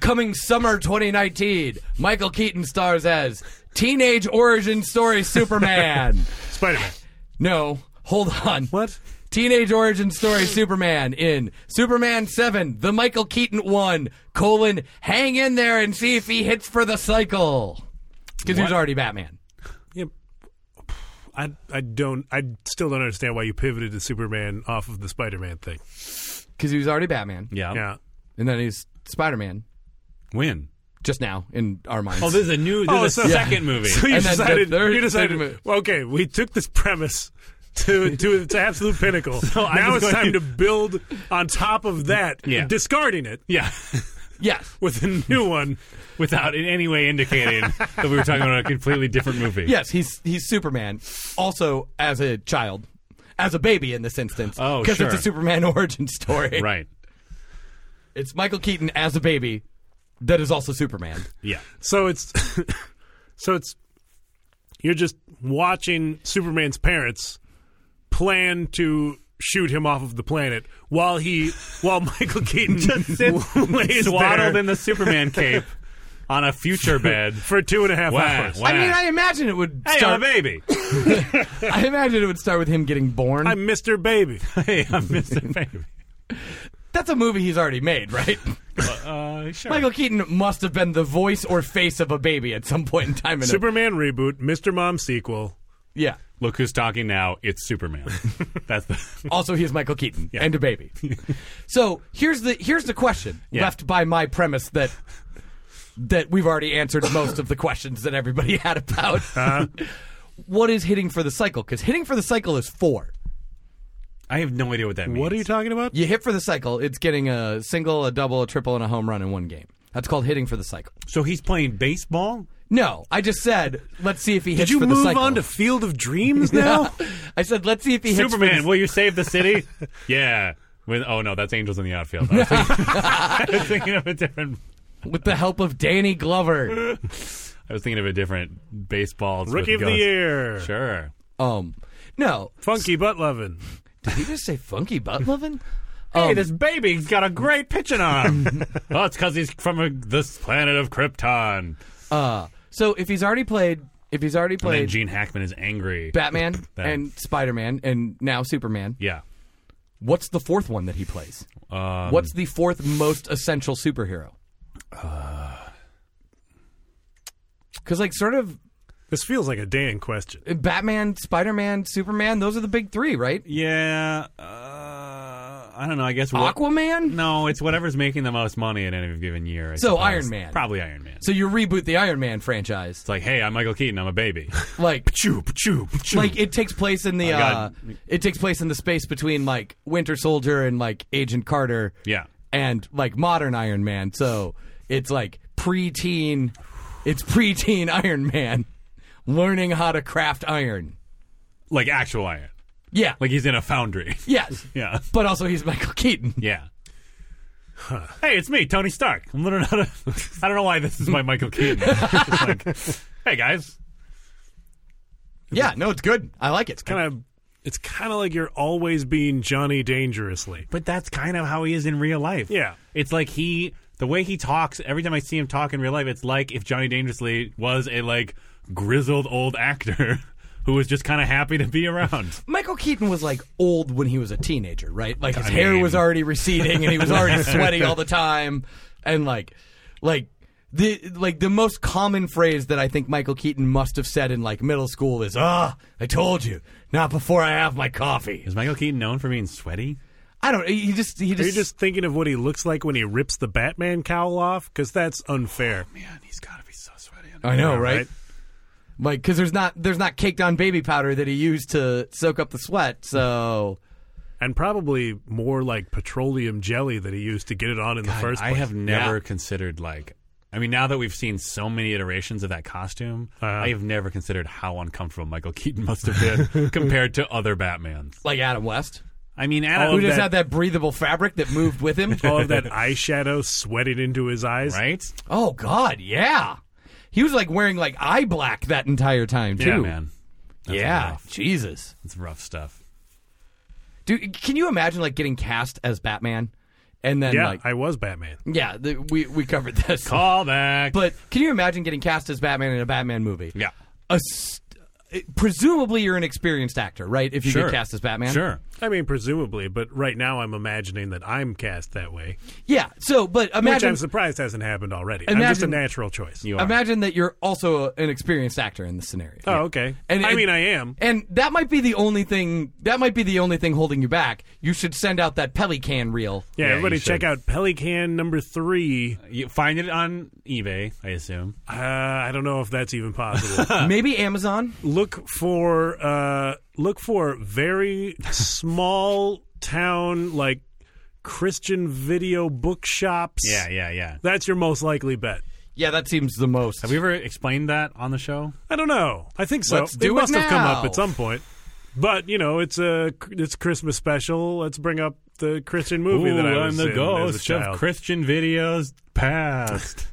Coming summer 2019, Michael Keaton stars as teenage origin story (laughs) Superman. Spider Man. no, hold on. What? Teenage origin story Superman in Superman 7, the Michael Keaton one, colon, hang in there and see if he hits for the cycle. Because he was What? already Batman. Yeah. I I don't I still don't understand why you pivoted to Superman off of the Spider Man thing. Because he was already Batman. Yeah. Yeah. And then he's Spider Man Win. just now in our minds. Oh, this is a new this Oh, is a so- second movie. (laughs) So you And then decided the third- you decided third mo- well, okay, we took this premise to to its absolute (laughs) pinnacle. I'm now just it's time going- to build on top of that, Yeah. discarding it yeah. yes. with a new one. Without in any way indicating that we were talking about a completely different movie. Yes, he's he's Superman. Also, as a child, as a baby in this instance. Oh, Because it's sure. a Superman (laughs) origin story. Right. It's Michael Keaton as a baby that is also Superman. Yeah. So it's (laughs) so it's you're just watching Superman's parents plan to shoot him off of the planet while he while (laughs) Michael Keaton just sits lays Swaddled there in the (laughs) Superman cape on a future bed. for two and a half Wow. hours. wow. I mean, I imagine it would Ah. hey, start. I'm a (laughs) baby. I imagine it would start with him getting born. I'm Mr. Baby. hey, I'm Mr. Baby. That's a movie he's already made, right? Uh, sure. Michael Keaton must have been the voice or face of a baby at some point in time. In a, Superman reboot, Mr. Mom sequel. yeah. Look who's talking now. It's Superman. (laughs) That's the. Also, he is Michael Keaton and a (laughs) baby. so here's the here's the question Yeah. left by my premise that that we've already answered most of the questions that everybody (laughs) had about Uh-huh. (laughs) what is hitting for the cycle? Because hitting for the cycle is four. I have no idea what that means. What are you talking about? You hit for the cycle, it's getting a single, a double, a triple, and a home run in one game. That's called hitting for the cycle. So he's playing baseball. No, I just said let's see if he hits Did you for the move cycle. on to Field of Dreams now? (laughs) I said let's see if he hits for the Superman, will you save the city? yeah. With, oh no, that's Angels in the Outfield. I was thinking, I was thinking (laughs) of a different. with the help of Danny Glover. I was thinking of a different (laughs) baseball. Rookie of the year. Sure. Um, no, Funky butt lovin'. did he just say funky butt Um, lovin'? hey, this baby's got a great pitching arm. (laughs) oh, it's because he's from a, this planet of Krypton. Uh, so if he's already played, if he's already And then played Gene Hackman is angry. Batman That. and Spider Man and now Superman, yeah. what's the fourth one that he plays? Um, what's the fourth most essential superhero? Because like sort of This feels like a Dan question. Batman, Spider Man, Superman, those are the big three, right? Yeah. Uh, I don't know. I guess what- Aquaman. No, it's whatever's making the most money in any given year. I So, suppose. Iron Man. Probably Iron Man. So you reboot the Iron Man franchise, It's like, hey, I'm Michael Keaton. I'm (laughs) a baby. like Choo, choo, choo. like it takes place in the I uh, got- it takes place in the space between like Winter Soldier and like Agent Carter. yeah. and like modern Iron Man. So it's like pre-teen, it's pre-teen (laughs) Iron Man learning how to craft iron. Like actual Iron. Yeah. Like he's in a foundry. (laughs) (laughs) yes. yeah. But also he's Michael Keaton. Yeah. Hey, it's me, Tony Stark. I'm learning how to. (laughs) I don't know why this is my Michael Keaton. (laughs) It's like, hey guys, Yeah, no, it's good. I like it. Kind of it's kinda like you're always being Johnny Dangerously. But that's kind of how he is in real life. Yeah. It's like he the way he talks, every time I see him talk in real life, it's like if Johnny Dangerously was a like grizzled old actor (laughs) who was just kind of happy to be around. Michael Keaton was like old when he was a teenager, right? Like his I hair mean- was already receding and he was already sweaty all the time and like like the like the most common phrase that I think Michael Keaton must have said in like middle school is ah I told you not before I have my coffee. (laughs) Is Michael Keaton known for being sweaty? I don't. He just. He Are just. you just thinking of what he looks like when he rips the Batman cowl off? Because that's unfair. Oh, Man, he's got to be so sweaty. I know, right? right? Like, because there's not there's not caked on baby powder that he used to soak up the sweat. So and probably more like petroleum jelly that he used to get it on in the I- first I place. have (laughs) never considered like. I mean, now that we've seen so many iterations of that costume, Uh-huh. I have never considered how uncomfortable Michael Keaton must (laughs) have been compared to other Batmans. like Adam West, I mean, All Adam, who just that- Oh, had that breathable fabric that moved with him. All of that eyeshadow sweated into his eyes. right? oh God, yeah. He was like wearing like eye black that entire time too. Yeah, man, That's yeah, rough. Jesus. it's rough stuff. Dude, can you imagine like getting cast as Batman, and then Yeah, like I was (laughs) Batman. yeah, the, we we covered this. Call back, But can you imagine getting cast as Batman in a Batman movie? yeah, A s- presumably you're an experienced actor, right? If you sure. get cast as Batman, sure. I mean, presumably, but right now I'm imagining that I'm cast that way, Yeah. So, but which imagine I'm surprised hasn't happened already. I'm Imagine- just a natural choice. You are. imagine that you're also an experienced actor in this scenario. oh, okay. And- I and- mean, I am. And that might be the only thing. That might be the only thing holding you back. You should send out that Pelican reel. Yeah, Yeah, everybody you check should. out Pelican number three. you find it on eBay, I assume. Uh, I don't know if that's even (laughs) possible. Maybe Amazon. look for uh, look for very small town like Christian video bookshops. Yeah, yeah, yeah. That's your most likely bet. Yeah, that seems the most. Have we ever explained that on the show? I don't know. I think so. Let's do it it must have come up now. at some point. But you know, it's a it's Christmas special. Let's bring up the Christian movie that I was in as a child. Christian videos (laughs) past.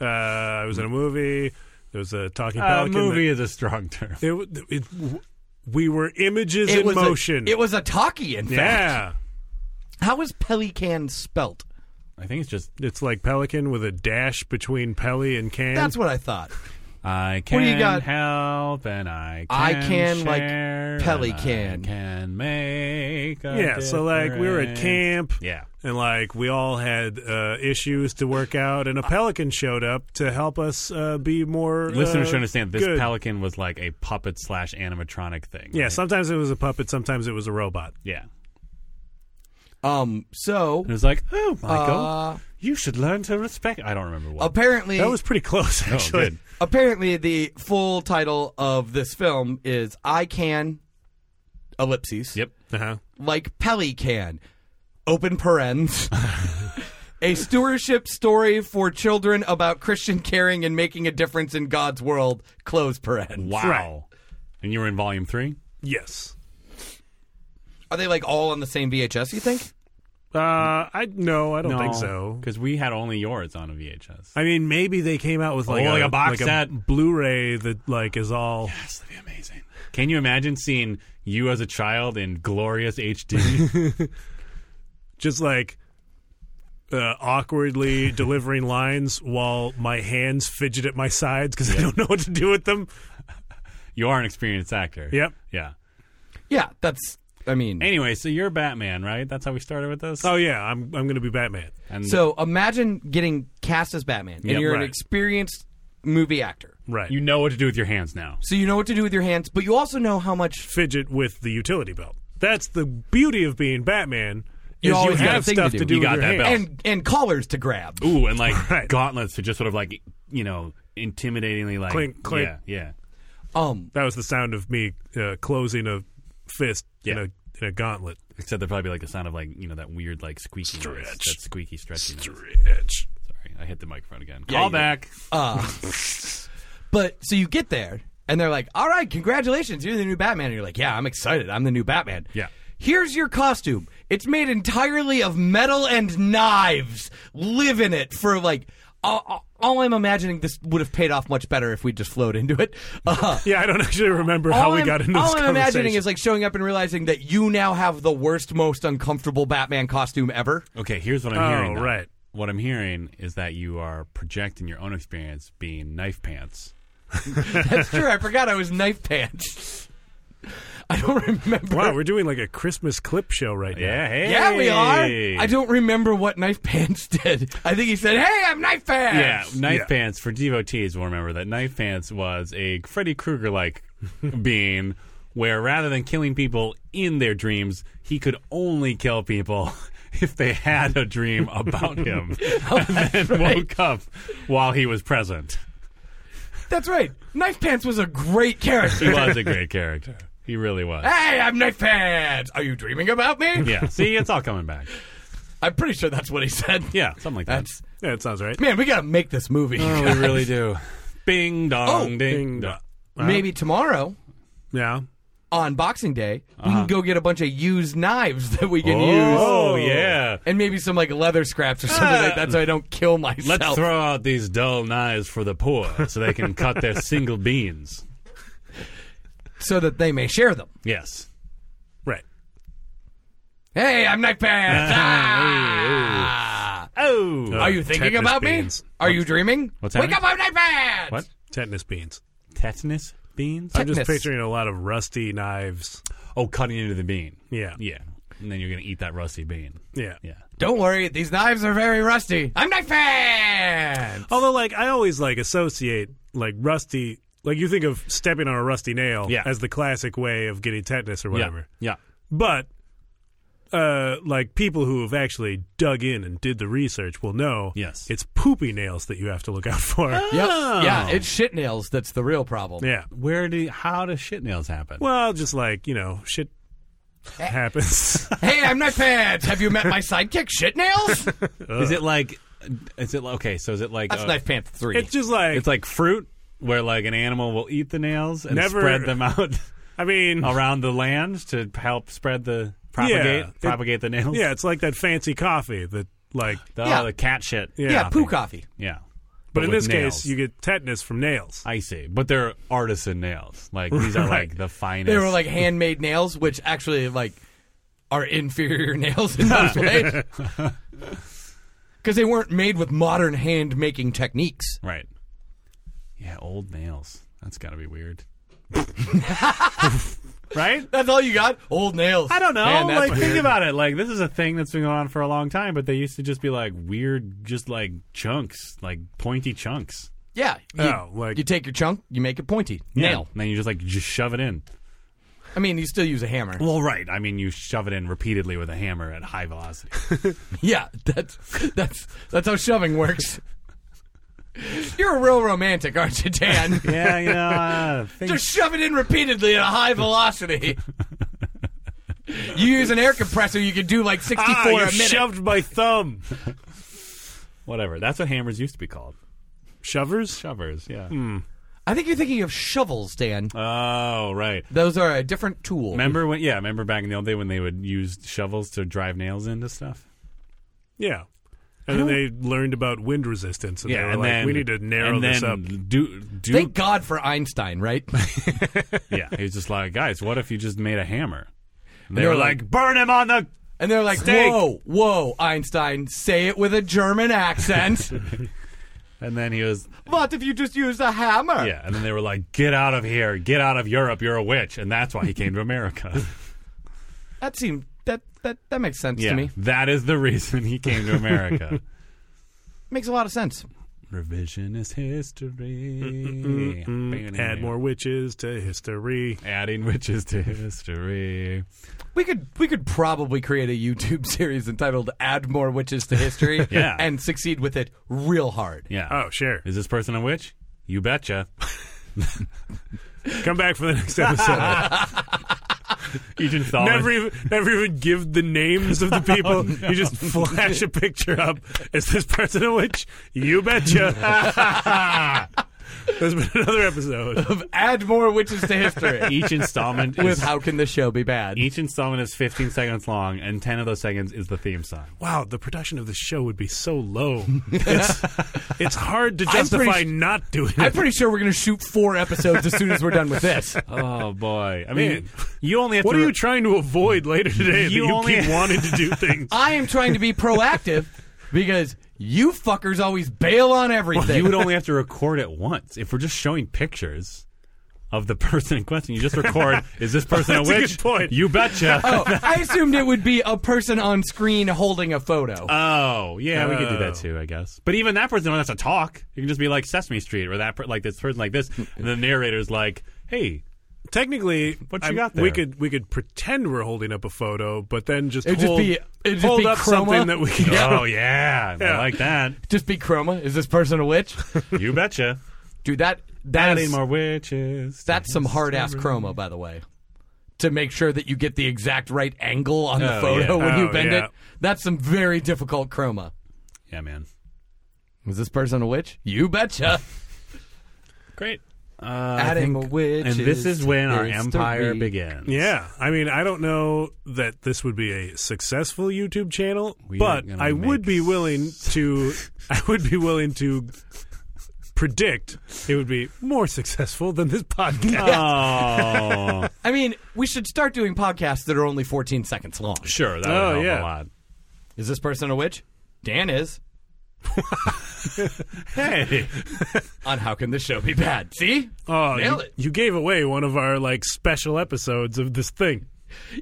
uh, I was in a movie. There was a talking uh, pelican. movie is a strong term. that- it w- it w- we were images it in was motion. A, it was a talkie. In fact, yeah, how is Pelican spelt? I think it's just it's like pelican with a dash between pelly and can. That's what I thought. I What can do you got? help and I can I can, like, share, and Pelican. I can make a yeah. So like we were at difference. camp. Yeah. and like we all had uh, issues to work out, and a pelican showed up to help us uh, be more. Listeners uh, should understand this good. pelican was like a puppet slash animatronic thing. Yeah, right? sometimes it was a puppet, sometimes it was a robot. yeah. Um. So It was like, oh, Michael, Uh, you should learn to respect. I don't remember what. apparently, That was pretty (laughs) close, Oh, actually. good. apparently the full title of this film is I Can Ellipses. (laughs) Yep. Uh-huh. like Pelican. Open parens. (laughs) a stewardship story for children about Christian caring and making a difference in God's world. Close parens. Wow. Right. And you were in volume three? Yes. Are they like all on the same VHS, you think? Uh, I no, I don't think so. Because we had only yours on a VHS. I mean, maybe they came out with like, Oh, like a box like set. Blu-ray that like is all. Yes, that'd be amazing. Can you imagine seeing you as a child in (laughs) glorious HD? just like uh, awkwardly (laughs) delivering lines while my hands fidget at my sides because I don't know what to do with them. you are an experienced actor. Yep. Yeah. Yeah, that's. I mean, Anyway, so you're Batman, right? That's how we started with this. Oh yeah, I'm I'm gonna be Batman. and so imagine getting cast as Batman, and Yeah, you're an right. experienced movie actor, Right. you know what to do with your hands now. so you know what to do with your hands, but you also know how much. fidget with the utility belt. That's the beauty of being Batman. is You you always got a have thing stuff to to do. do. You with got your that hands. belt. And and collars to grab. Ooh, and like (laughs) Right. gauntlets to just sort of like you know intimidatingly like Clink, clink. Yeah, yeah. Um, That was the sound of me uh, closing a fist in Yeah. a in a gauntlet. Except there'd probably be like the sound of like you know that weird like squeaky noise, Stretch. that squeaky stretchy. noise. Stretch. Sorry, I hit the microphone again. Yeah, Call you did. back. Uh, but so you get there, and they're like, "All right, congratulations, you're the new Batman." And you're like, "Yeah, I'm excited. I'm the new Batman." Yeah. Here's your costume. It's made entirely of metal and knives. Live in it for like. All, all I'm imagining this would have paid off much better if we just flowed into it. (laughs) (laughs) Uh, Yeah, I don't actually remember how all we I'm- got into this all I'm conversation. imagining is like showing up and realizing that you now have the worst, most uncomfortable Batman costume (laughs) ever. Okay, here's what I'm Oh, hearing. though. right. What I'm hearing is that you are projecting your own experience being knife pants. That's true. I forgot I was knife pants. (laughs) I don't remember. wow, we're doing like a Christmas clip show right now. hey. Yeah, we are. I don't remember what Knife Pants (laughs) did. I think he said, "Hey, I'm Knife Yeah, Pants." knife Yeah. pants for devotees will remember that knife pants was a Freddy Krueger like (laughs) being where rather than killing people in their dreams, he could only kill people (laughs) if they had a dream (laughs) about him and then woke up while he was present. that's right. Knife Pants was a great character. (laughs) He was a great character. He really was. Hey, I'm Nick Fans. Are you dreaming about me? (laughs) Yeah. See, it's all coming back. I'm pretty sure that's what he said. (laughs) Yeah, something like that. That's Yeah, it sounds right. man. We gotta make this movie. Oh, (laughs) we really do. Bing dong, Oh, ding, Ding, dong. dong. Maybe tomorrow Yeah. on Boxing Day we can go get a bunch of used knives (laughs) that we can Uh-huh. Oh, use. yeah. And maybe some like leather scraps or something like that, so I don't kill myself. (laughs) Let's throw out these dull knives for the poor so they can cut (laughs) their single beans. so that they may share them. Yes. Right. Hey, I'm Nick (laughs) Fans. Ah! Oh. Uh, Are you thinking Tetanus about beans. me? Are you dreaming? What's Wake up, happening? I'm Nick Fans. What? Tetanus beans. Tetanus beans? I'm just Tetanus. picturing a lot of rusty knives. Oh, cutting into the bean. Yeah. Yeah. And then you're going to eat that rusty bean. Yeah. Yeah. Don't worry, these knives are very rusty. I'm Nick Fans. Although, like, I always like associate like rusty. Like you think of stepping on a rusty nail Yeah. as the classic way of getting tetanus or Yeah. whatever. Yeah. But uh, like people who have actually dug in and did the research will know Yes. it's poopy nails that you have to look out for. Yep. Oh. Yeah, it's shit nails that's the real problem. yeah. Where do, how do shit nails happen? Well, just like, you know, shit happens. Hey, I'm Nick Fans. Have you met my sidekick, Shit (laughs) Nails? Is it like, is it, okay, so is it like, That's uh, Knife Pants 3. it's just like, it's like fruit where like an animal will eat the nails and Never- spread them out (laughs) I mean, around the land to help spread the, propagate, It- propagate the nails? yeah, it's like that fancy coffee that like The, oh, Yeah. the cat shit. Yeah. yeah, poo coffee. Yeah. but in with this nails. case you get tetanus from nails. I see. But they're artisan nails. Like these are like the finest. They were like handmade nails, which actually like are inferior (laughs) nails in (laughs) most ways. Because they weren't made with modern hand making techniques. Right. Yeah, old nails. That's got to be weird. (laughs) right? That's all you got? Old nails. I don't know. Man, that's like weird. think about it. Like this is a thing that's been going on for a long time, but they used to just be like weird just like chunks, like pointy chunks. Yeah. You, Oh, like- you take your chunk, you make it pointy. Nail. And then you just like just shove it in. I mean, you still use a hammer. Well, right. I mean, you shove it in repeatedly with a hammer at high velocity. (laughs) Yeah, that's that's that's how shoving works. (laughs) You're a real romantic, aren't (laughs) you, Dan? (laughs) yeah, you know. (laughs) Uh, things- Just shove it in repeatedly at a high velocity. You use an air compressor, you can do like 64 Ah, you a minute. shoved my (laughs) thumb. whatever. That's what hammers used to be called. Shovers? Shovers. Hmm. Yeah. I think you're thinking of shovels, Dan. Uh, Oh, right. Those are a different tool. Remember when? Yeah, remember back in the old day when they would use shovels to drive nails into stuff. Yeah. And then they learned about wind resistance and they were and like then we need to narrow and this up. then Do do Thank God for (laughs) Einstein, right? yeah. He was just like, guys, what if you just made a hammer? And they they were were like, burn him on the. And they're like, Steak. whoa, whoa, Einstein, say it with a (laughs) German accent. And then he was what if you just used a hammer? yeah. And then they were like, get out of here, get out of Europe, you're a witch, and that's why he came (laughs) to America. That seemed, that, that, that makes sense yeah, to me. that is the reason he came to America. (laughs) Makes a lot of sense. Revisionist history. Add more witches to history. Adding witches to history. We could we could probably create a YouTube (laughs) series entitled "Add More Witches to History" (laughs) Yeah. and succeed with it real hard. Yeah. Oh, sure. Is this person a witch? You betcha. Come back for the (laughs) next Oh, episode. Agent Thaler. never even never even give the names (laughs) Oh, of the people. You just flash a picture up. Is this person a witch? You (laughs) betcha. There's been another episode. Of "Add More Witches to (laughs) History" (laughs) each installment with is "How Can the Show Be Bad?" each installment is 15 seconds long, and 10 of those seconds is the theme song. Wow, the production of this show would be so low. It's it's hard to justify pretty- not doing I'm it. pretty sure we're going to shoot four episodes as soon as we're done with (laughs) this. Oh boy! I mean, mean, you only have What to. are you trying to avoid (laughs) later today You that you only- keep wanting to do things? I am trying to be proactive because you fuckers always bail on everything. (laughs) you would only have to record it once. If we're just showing pictures of the person in question, you (laughs) just record. is this person That's a a witch? good point. (laughs) You betcha. oh, I assumed it would be a person on screen holding a photo. (laughs) Oh, yeah, we could do that Oh. too, I guess. But even that person don't have to talk. It can just be like Sesame Street, or that per- like this person like this, Hmm. and the narrator's like, "Hey, Technically, What you I'm- got we there? could we could pretend we're holding up a photo, but then just It'd just hold, be- it'd just hold be up chroma. something that (laughs) we can. oh (laughs) yeah, I Yeah. like that. Just be chroma. Is this person a (laughs) witch? You betcha." Dude, that that Adding is more witches. (laughs) That's some hard ass chroma, by the way. to make sure that you get the exact right angle on the Oh, photo yeah. when you Oh, bend yeah. it. That's some very difficult chroma. Yeah, man. Was this person a witch? You betcha. Great. Uh, Adam a witch. and this is when our history. empire begins. Yeah, I mean, I don't know that this would be a successful YouTube channel, We but are gonna I would make be willing (laughs) to. I would be willing to predict it would be more successful than this podcast. Oh, I mean, we should start doing podcasts that are only 14 seconds long. sure. That would Oh, help yeah. a lot. Is this person a witch? Dan is. Hey, (laughs) On how can this show be bad? See? Oh, Nailed you, it. you gave away one of our like special episodes of this thing.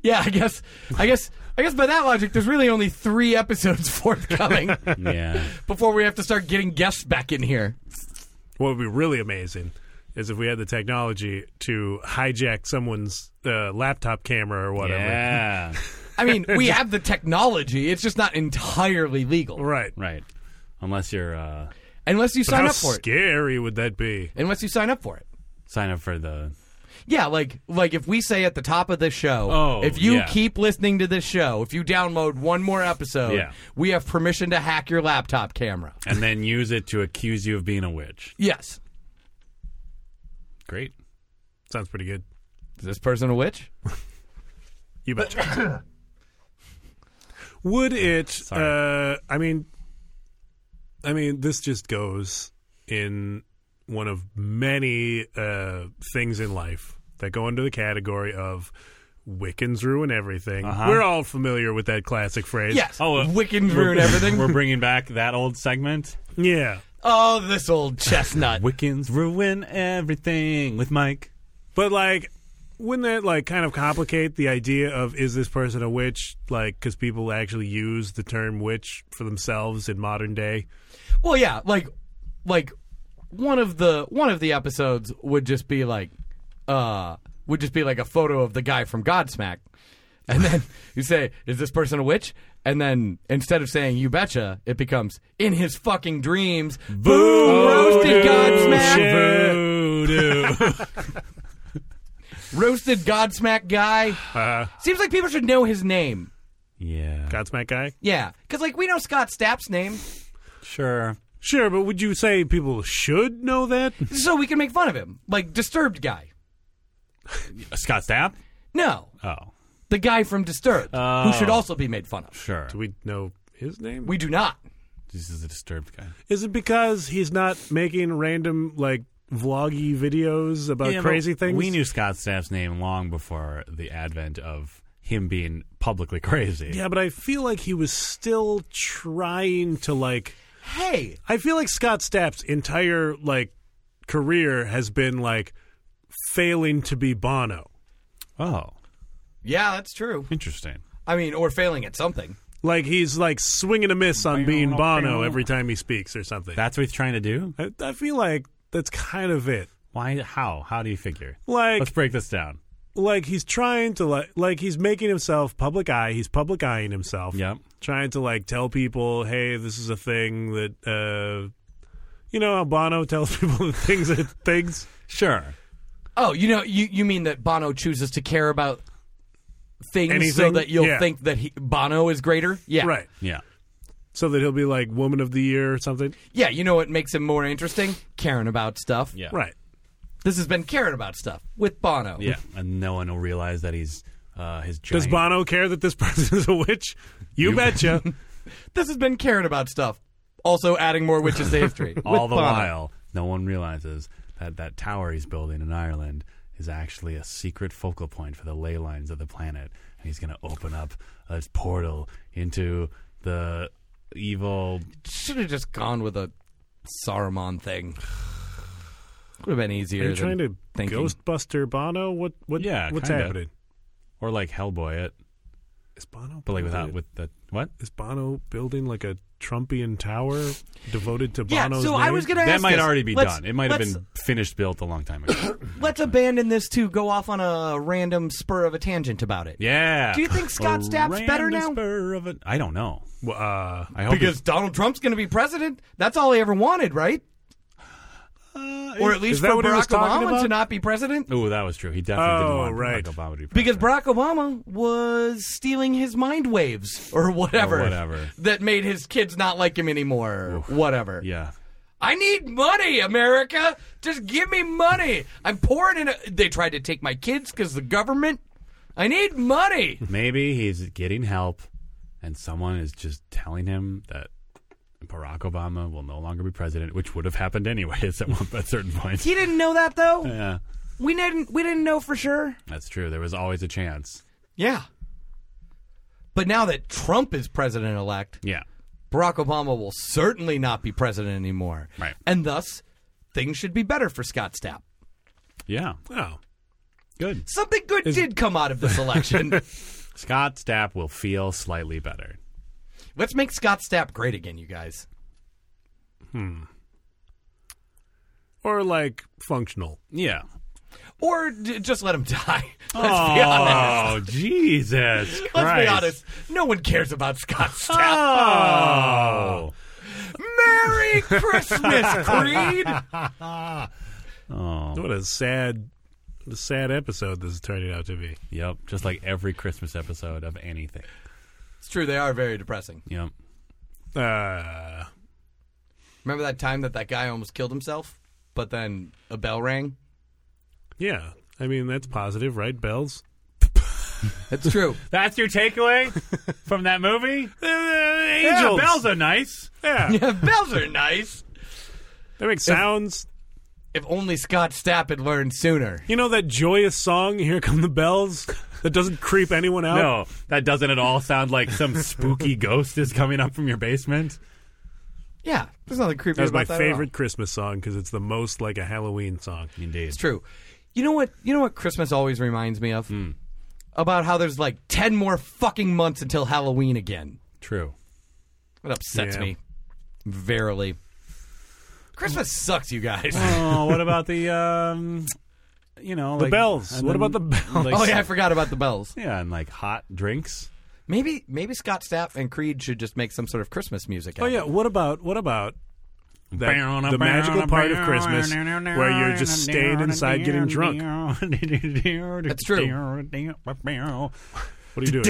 Yeah, I guess. I guess. I guess by that logic, there's really only three episodes (laughs) forthcoming (laughs) yeah. before we have to start getting guests back in here. What would be really amazing is if we had the technology to hijack someone's uh, laptop camera or whatever. Yeah. I mean, we have the technology; it's just not entirely legal, Right. Right. Unless you're uh, unless you sign How up for it. scary would that be? Unless you sign up for it. sign up for the Yeah, like like if we say at the top of the show, Oh, if you yeah. keep listening to this show, if you download one more episode, Yeah. we have permission to hack your laptop camera. and then use it to accuse you of being a witch. Yes. Great. Sounds pretty good. Is this person a witch? You bet. Would it? Uh, I mean, I mean, this just goes in one of many uh, things in life that go under the category of Wiccans ruin everything. We're all familiar with that classic phrase. Yes. Oh, uh, Wiccan ruin everything. We're bringing back that old segment. Yeah. Oh, this old chestnut. Wiccans ruin everything with Mike. But like, wouldn't that like kind of complicate the idea of is this person a witch? Like, because people actually use the term witch for themselves in modern day. Well, yeah, like like one of the one of the episodes would just be like uh would just be like a photo of the guy from Godsmack. And then (laughs) you say, "Is this person a witch?" And then instead of saying "You betcha," it becomes "In his fucking dreams." Boom! Oh, Roasted Godsmack. Voodoo. Roasted Godsmack guy. Seems like people should know his name. yeah. Godsmack guy. Yeah, because like we know Scott Stapp's name, Sure. Sure, but would you say people should know that? (laughs) so we can make fun of him. Like disturbed guy. Uh, Scott Stapp? No, Oh, the guy from Disturbed, who should also be made fun of. sure. Do we know his name? We do not. This is a disturbed guy. Is it because he's not making random like vloggy videos about crazy things? We knew Scott Stapp's name long before the advent of him being publicly (laughs) crazy. Yeah, but I feel like he was still trying to like. Hey, I feel like Scott Stapp's entire like career has been like failing to be Bono. Oh, yeah, that's true. interesting. I mean, or failing at something. Like he's like swinging a miss on being Bono every time he speaks or something. That's what he's trying to do? I, I feel like that's kind of it. Why? How? How do you figure? Like Let's break this down. like he's trying to like like he's making himself public eye. He's public eyeing himself. Yep. Trying to like tell people, hey, this is a thing that uh you know how Bono (laughs) tells people the things that things. Sure. Oh, you know, you, you mean that Bono chooses to care about things so Anything? that you'll Yeah. think that he, Bono is greater? Yeah. Right. Yeah. So that he'll be like woman of the year or something. Yeah, you know what makes him more interesting? Caring about stuff. Yeah. Right. This has been caring about stuff with Bono. Yeah. And no one will realize that he's uh, his. Giant, Does Bono care that this (laughs) person is a witch? You, (laughs) betcha. This has been caring about stuff. Also adding more witches to history. all with the Bono. while, no one realizes that that tower he's building in Ireland is actually a secret focal point for the ley lines of the planet, and he's going to open up a portal into the evil. Should have just gone with a Saruman thing. Would have been easier. Are you than trying to thinking. Ghostbuster Bono? What? What? Yeah, What's kinda. happening? Or like Hellboy, it, Is Bono? but like without building- with the what? Is Bono building like a Trumpian tower devoted to Yeah, Bono's so name? I was going to ask That might this. already be Let's- done. It might have let's- been finished built a long time ago. (coughs) Let's abandon this to go off on a random spur of a tangent about it. yeah. Do you think Scott A Stapp's better random now? spur of a- I don't know. Well, uh, I hope Because Donald Trump's going to be president. That's all he ever wanted, right? it's- Uh, or is- at is least that for what he was Barack talking Obama to about? not be president? Oh, that was true. He definitely didn't Oh, want right. Barack Obama to be president. Because Barack Obama was stealing his mind waves or whatever, Or whatever. that made his kids not like him anymore. or Whatever. yeah, I need money, America. Just give me money. I'm pouring in. A, they tried to take my kids because the government. I (laughs) need money. maybe he's getting help, and someone is just telling him that Barack Obama will no longer be president, which would have happened anyway (laughs) at some at certain point. He didn't know that though. Yeah, We didn't. We didn't know for sure. that's true. There was always a chance. Yeah. But now that Trump is president elect, Yeah, Barack Obama will certainly not be president anymore. Right. And thus, things should be better for Scott Stapp. yeah, Oh. good. Something good did come out of this election. (laughs) Scott Stapp will feel slightly better. Let's make Scott Stapp great again, you guys. Or like functional. Yeah. Or d- just let him die. (laughs) Let's be honest. Oh, (laughs) Jesus Christ. Let's be honest. No one cares about (laughs) Scott Stapp. Oh. Merry (laughs) Christmas, Creed. Oh. What a sad, what a sad episode this is turning out to be. Yep. Just like every Christmas episode of anything. It's true. They are very depressing. Yep. Uh, Remember that time that that guy almost killed himself, but then a bell rang. yeah. I mean, that's positive, right, Bells? That's true. That's your (laughs) takeaway from that (laughs) movie? angels. Yeah, bells are nice. (laughs) Yeah. yeah, (laughs) bells are nice. they make sounds. If only Scott Stapp had learned sooner. You know that joyous song, Here Come the Bells, that doesn't creep anyone out? No, that doesn't at all sound like some spooky (laughs) ghost is coming up from your basement. Yeah, there's nothing creepy That was my about that at all. favorite Christmas song because it's the most like a Halloween song. Indeed. It's true. You know what? You know what Christmas always reminds me of? Hmm. About how there's like ten more fucking months until Halloween again. True. It upsets Yeah. me. Verily. Christmas sucks, you (laughs) guys. Oh, what about the, um, you know, The like- bells. and What then- about the bells? like- oh yeah, I forgot about the bells. Yeah, and like hot drinks. Maybe maybe Scott Stapp and Creed should just make some sort of Christmas music. (laughs) Oh yeah. What about what about that, the magical part of Christmas where you're just staying inside getting drunk? (laughs) That's true. What are you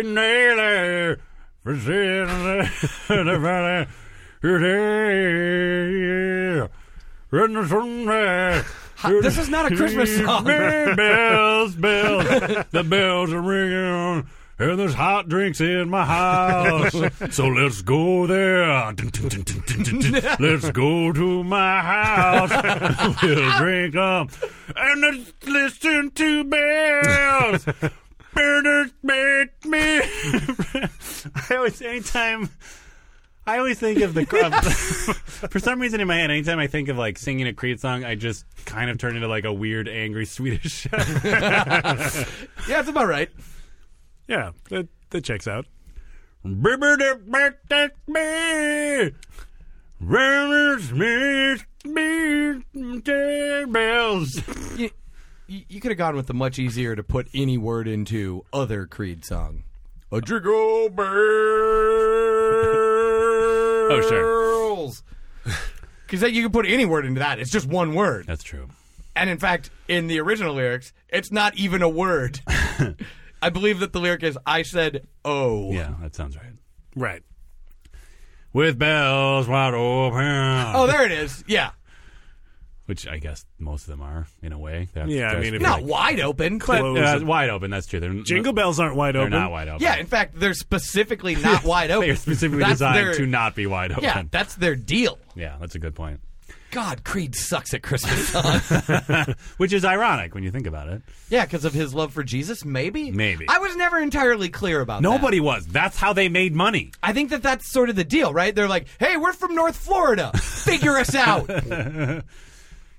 doing? (laughs) This is not a Christmas (laughs) song. (laughs) bells, bells, the bells are ringing, and there's hot drinks in my house. So let's go there. Dun, dun, dun, dun, dun, dun, (laughs) dun. Let's go to my (laughs) house. We'll drink up and let's listen to bells. Better make me. (laughs) I always, anytime. I always think of the (laughs) for some reason in my head. Anytime I think of like singing a Creed song, I just kind of turn into like a weird, angry Swedish (laughs) chef. yeah, that's about right. Yeah, that that checks out. bells. You, you, could have gone with the much easier to put any word into other Creed song. A jiggle bells. Oh, sure. (laughs) Because you can put any word into that. It's just one word. That's true. And in fact, in the original lyrics, it's not even a (laughs) word. I believe that the lyric is I said oh. Yeah, that sounds right. Right. With bells wide open. Oh, there it is. Yeah. Which I guess most of them are in a way. They're- Yeah, I they're- mean, if Not like- wide open. Close. Uh, wide open. That's true. They're Jingle bells aren't wide They're open. not wide open. yeah, in fact, they're specifically (laughs) not wide open. They're specifically That's designed their- to not be wide open. Yeah, that's their deal. Yeah, that's a good point. God, Creed sucks at Christmas songs. (laughs) Which is ironic when you think about it. (laughs) yeah, because of his love for Jesus, maybe? Maybe. I was never entirely clear about that. Nobody was. That's how they made money. I think that that's sort of the deal, right? They're like, hey, we're from North Florida. Figure us (laughs) out.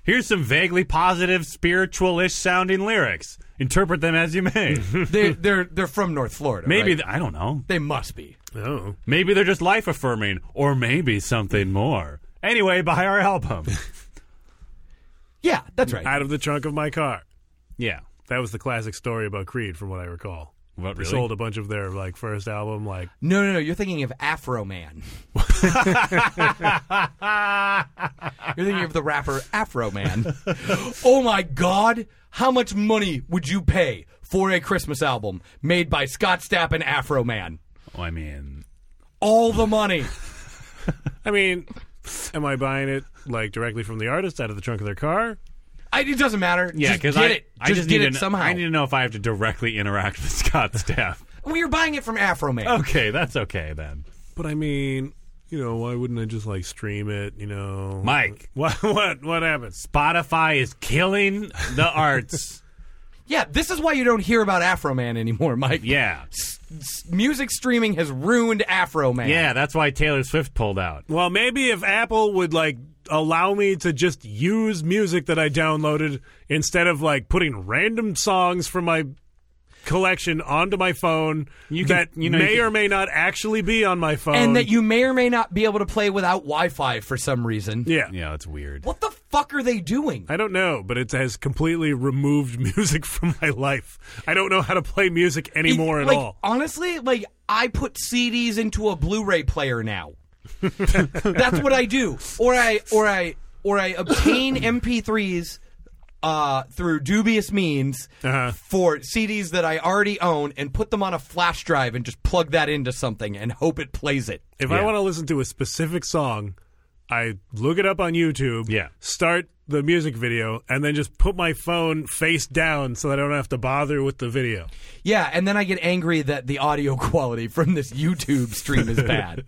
Here's some vaguely positive, spiritual-ish sounding lyrics. Interpret them as you (laughs) may. they're, they're, they're from North Florida. maybe right? th- I don't know. they must be. Oh. Maybe they're just life affirming, or maybe something more. Anyway, buy our album. Yeah, Oh. that's right. Out of the trunk of my car. (laughs) yeah, That was the classic story about Creed, from what I recall. What really? sold a bunch of their like first album. Like No, no, no. You're thinking of Afro (laughs) Man. You're thinking of the rapper Afro Man. oh my God! How much money would you pay for a Christmas album made by Scott Stapp and Afro Man? Oh, I mean, All the money. I mean, am I buying it like directly from the artist out of the trunk of their car? I, it doesn't matter. yeah, just get I, it. I just, just get need it to, kn- somehow. I need to know if I have to directly interact with (laughs) Scott Staff. we were buying it from Afro Man. okay, that's okay then. But I mean, you know, why wouldn't I just like stream it? You know, Mike. what what what happens? Spotify is killing the (laughs) arts. Yeah, this is why you don't hear about Afro Man anymore, Mike. yeah, S- music streaming has ruined Afro Man. yeah, that's why Taylor Swift pulled out. Well, maybe if Apple would like allow me to just use music that I downloaded instead of like putting random songs from my collection onto my phone You can- that you know, you may can- or may not actually be on my phone. And that you may or may not be able to play without Wi Fi for some reason. yeah. Yeah, that's weird. What the fuck are they doing? I don't know, but it has completely removed (laughs) music from my life. I don't know how to play music anymore at like, all. Honestly, like I put CDs into a Blu-ray player (laughs) now. That's what I do. Or I or I or I (coughs) obtain MP3s uh, through dubious means Uh-huh. for CDs that I already own and put them on a flash drive and just plug that into something and hope it plays it. If I Yeah. want to listen to a specific song, I look it up on YouTube, Yeah. start the music video, and then just put my phone face down so that I don't have to bother with the video. Yeah, and then I get angry that the audio (laughs) quality from this YouTube stream is (laughs) bad.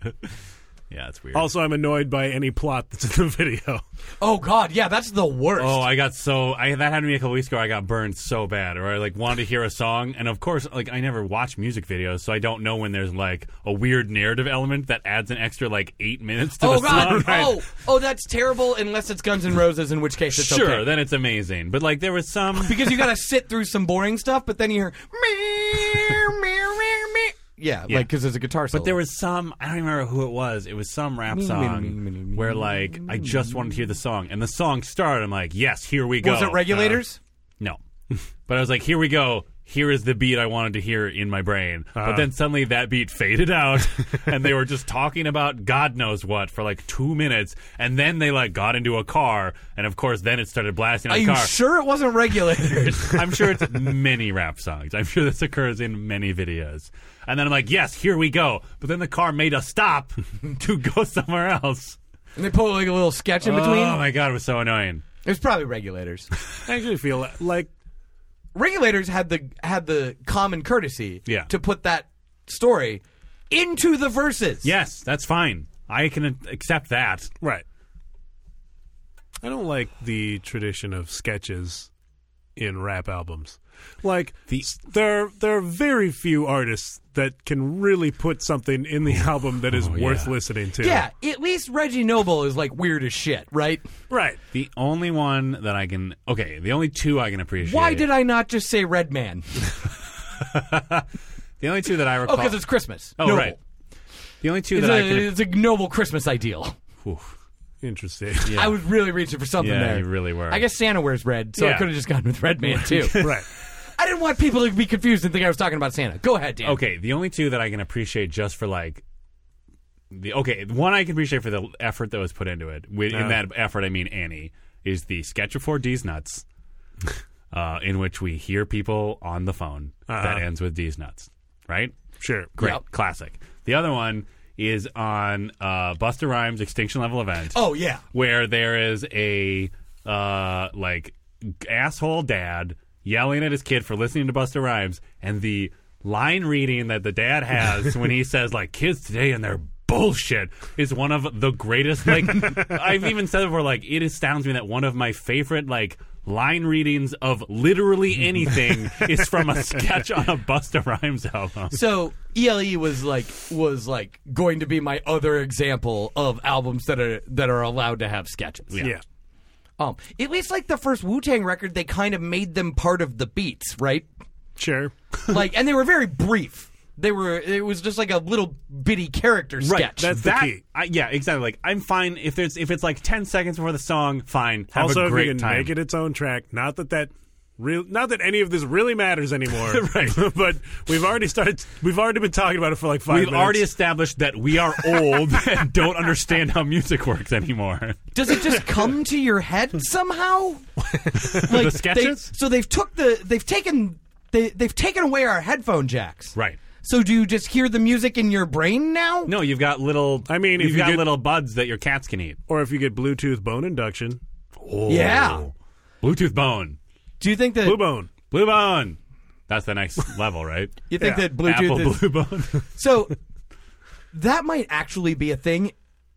Yeah, that's weird. Also, I'm annoyed by any plot that's in the video. (laughs) oh god, yeah, that's the worst. Oh, I got so I that happened to me a couple weeks ago. I got burned so bad, or I like wanted to hear a song, and of course, like I never watch music videos, so I don't know when there's like a weird narrative element that adds an extra like eight minutes to Oh the God! song. right? Oh, oh, that's terrible. Unless it's Guns N' Roses, in which case it's sure, okay. then it's amazing. But like there was (laughs) some. because you got to sit through some boring stuff, but then you hear meow, meow, meow, meow. Yeah, like because there's a guitar solo. But there was some I don't even remember who it was. It was some rap song where like I just wanted to hear the song, and the song started. I'm like, yes, here we go. was it regulators. No. but I was like, here we go. Here is the beat I wanted to hear in my brain. Uh-huh. But then suddenly that beat faded out (laughs) and they were just talking about God knows what for like two minutes. And then they like got into a car. And of course, then it started blasting Are on the you car. sure it wasn't regulators? I'm sure (laughs) it's many rap songs. I'm sure this occurs in many videos. And then I'm like, yes, here we go. But then the car made a stop (laughs) to go somewhere else. (laughs) and they put like a little sketch in between. Oh my God, it was so annoying. it was probably regulators. I actually feel like regulators had the had the common courtesy Yeah. to put that story into the verses. Yes, that's fine. I can accept that. right. I don't like the tradition of sketches in rap albums. Like The- there, there are very few artists that can really put something in (laughs) the album that is Oh, yeah. worth listening to. Yeah, at least Reggie Noble is like weird as shit, right? right. The only one that I can okay, the only two I can appreciate. Why did I not just say Red Man? the only two that I Oh, recall? because it's Christmas. Oh, Noble. right. the only two It's that I a, can. it's a noble Christmas ideal. Oof. Interesting. Yeah. I was really reaching for something Yeah, there. you really were. I guess Santa wears red, so I Yeah. could have just gone with Red Man (laughs) too. right. I didn't want people to be confused and think I was talking about Santa. Go ahead, Dan. Okay, the only two that I can appreciate just for like the okay one I can appreciate for the effort that was put into it. With, Uh. In that effort, I mean Annie is the sketch of four D's (laughs) nuts, uh, in which we hear people on the phone that Uh-huh. ends with D's nuts. Right. Sure. Great. Yep. Classic. The other one is on uh, Buster Rhymes Extinction Level event. Oh yeah. where there is a uh, like asshole dad yelling at his kid for listening to Buster Rhymes, and the line reading that the dad (laughs) has when he says like kids today and their bullshit is one of the greatest (laughs) like I've even said it before like it astounds me that one of my favorite like line readings of (laughs) literally anything is from a sketch on a Buster Rhymes album. So ELE was like was like going to be my other example of albums that are that are allowed to have sketches. Yeah. Um, at least like the first Wu Tang record, they kind of made them part of the beats, right? (laughs) Sure. like, and they were very brief. They were. It was just like a little bitty character sketch. that's the that, key. I, yeah, exactly. Like I'm fine if there's if it's like ten seconds before the song, fine. Have also, a great if you can time. make it its own track, not that that Real, not that any of this really matters anymore, (laughs) Right. but we've already started. We've already been talking about it for like five. We've minutes. already established that we are (laughs) old and don't understand how music works anymore. Does it just come to your head (laughs) somehow? like The sketches? They, so they've took the they've taken they, they've taken away our headphone jacks. Right. So do you just hear the music in your brain now? No, you've got little. I mean, if you've you got get- little buds that your cats can eat. or if you get Bluetooth bone induction, Oh. Yeah. Bluetooth bone, Do you think that blue bone. blue bone. That's the (laughs) next level, right? you think yeah. that Bluetooth Apple is, blue bone. (laughs) So that might actually be a thing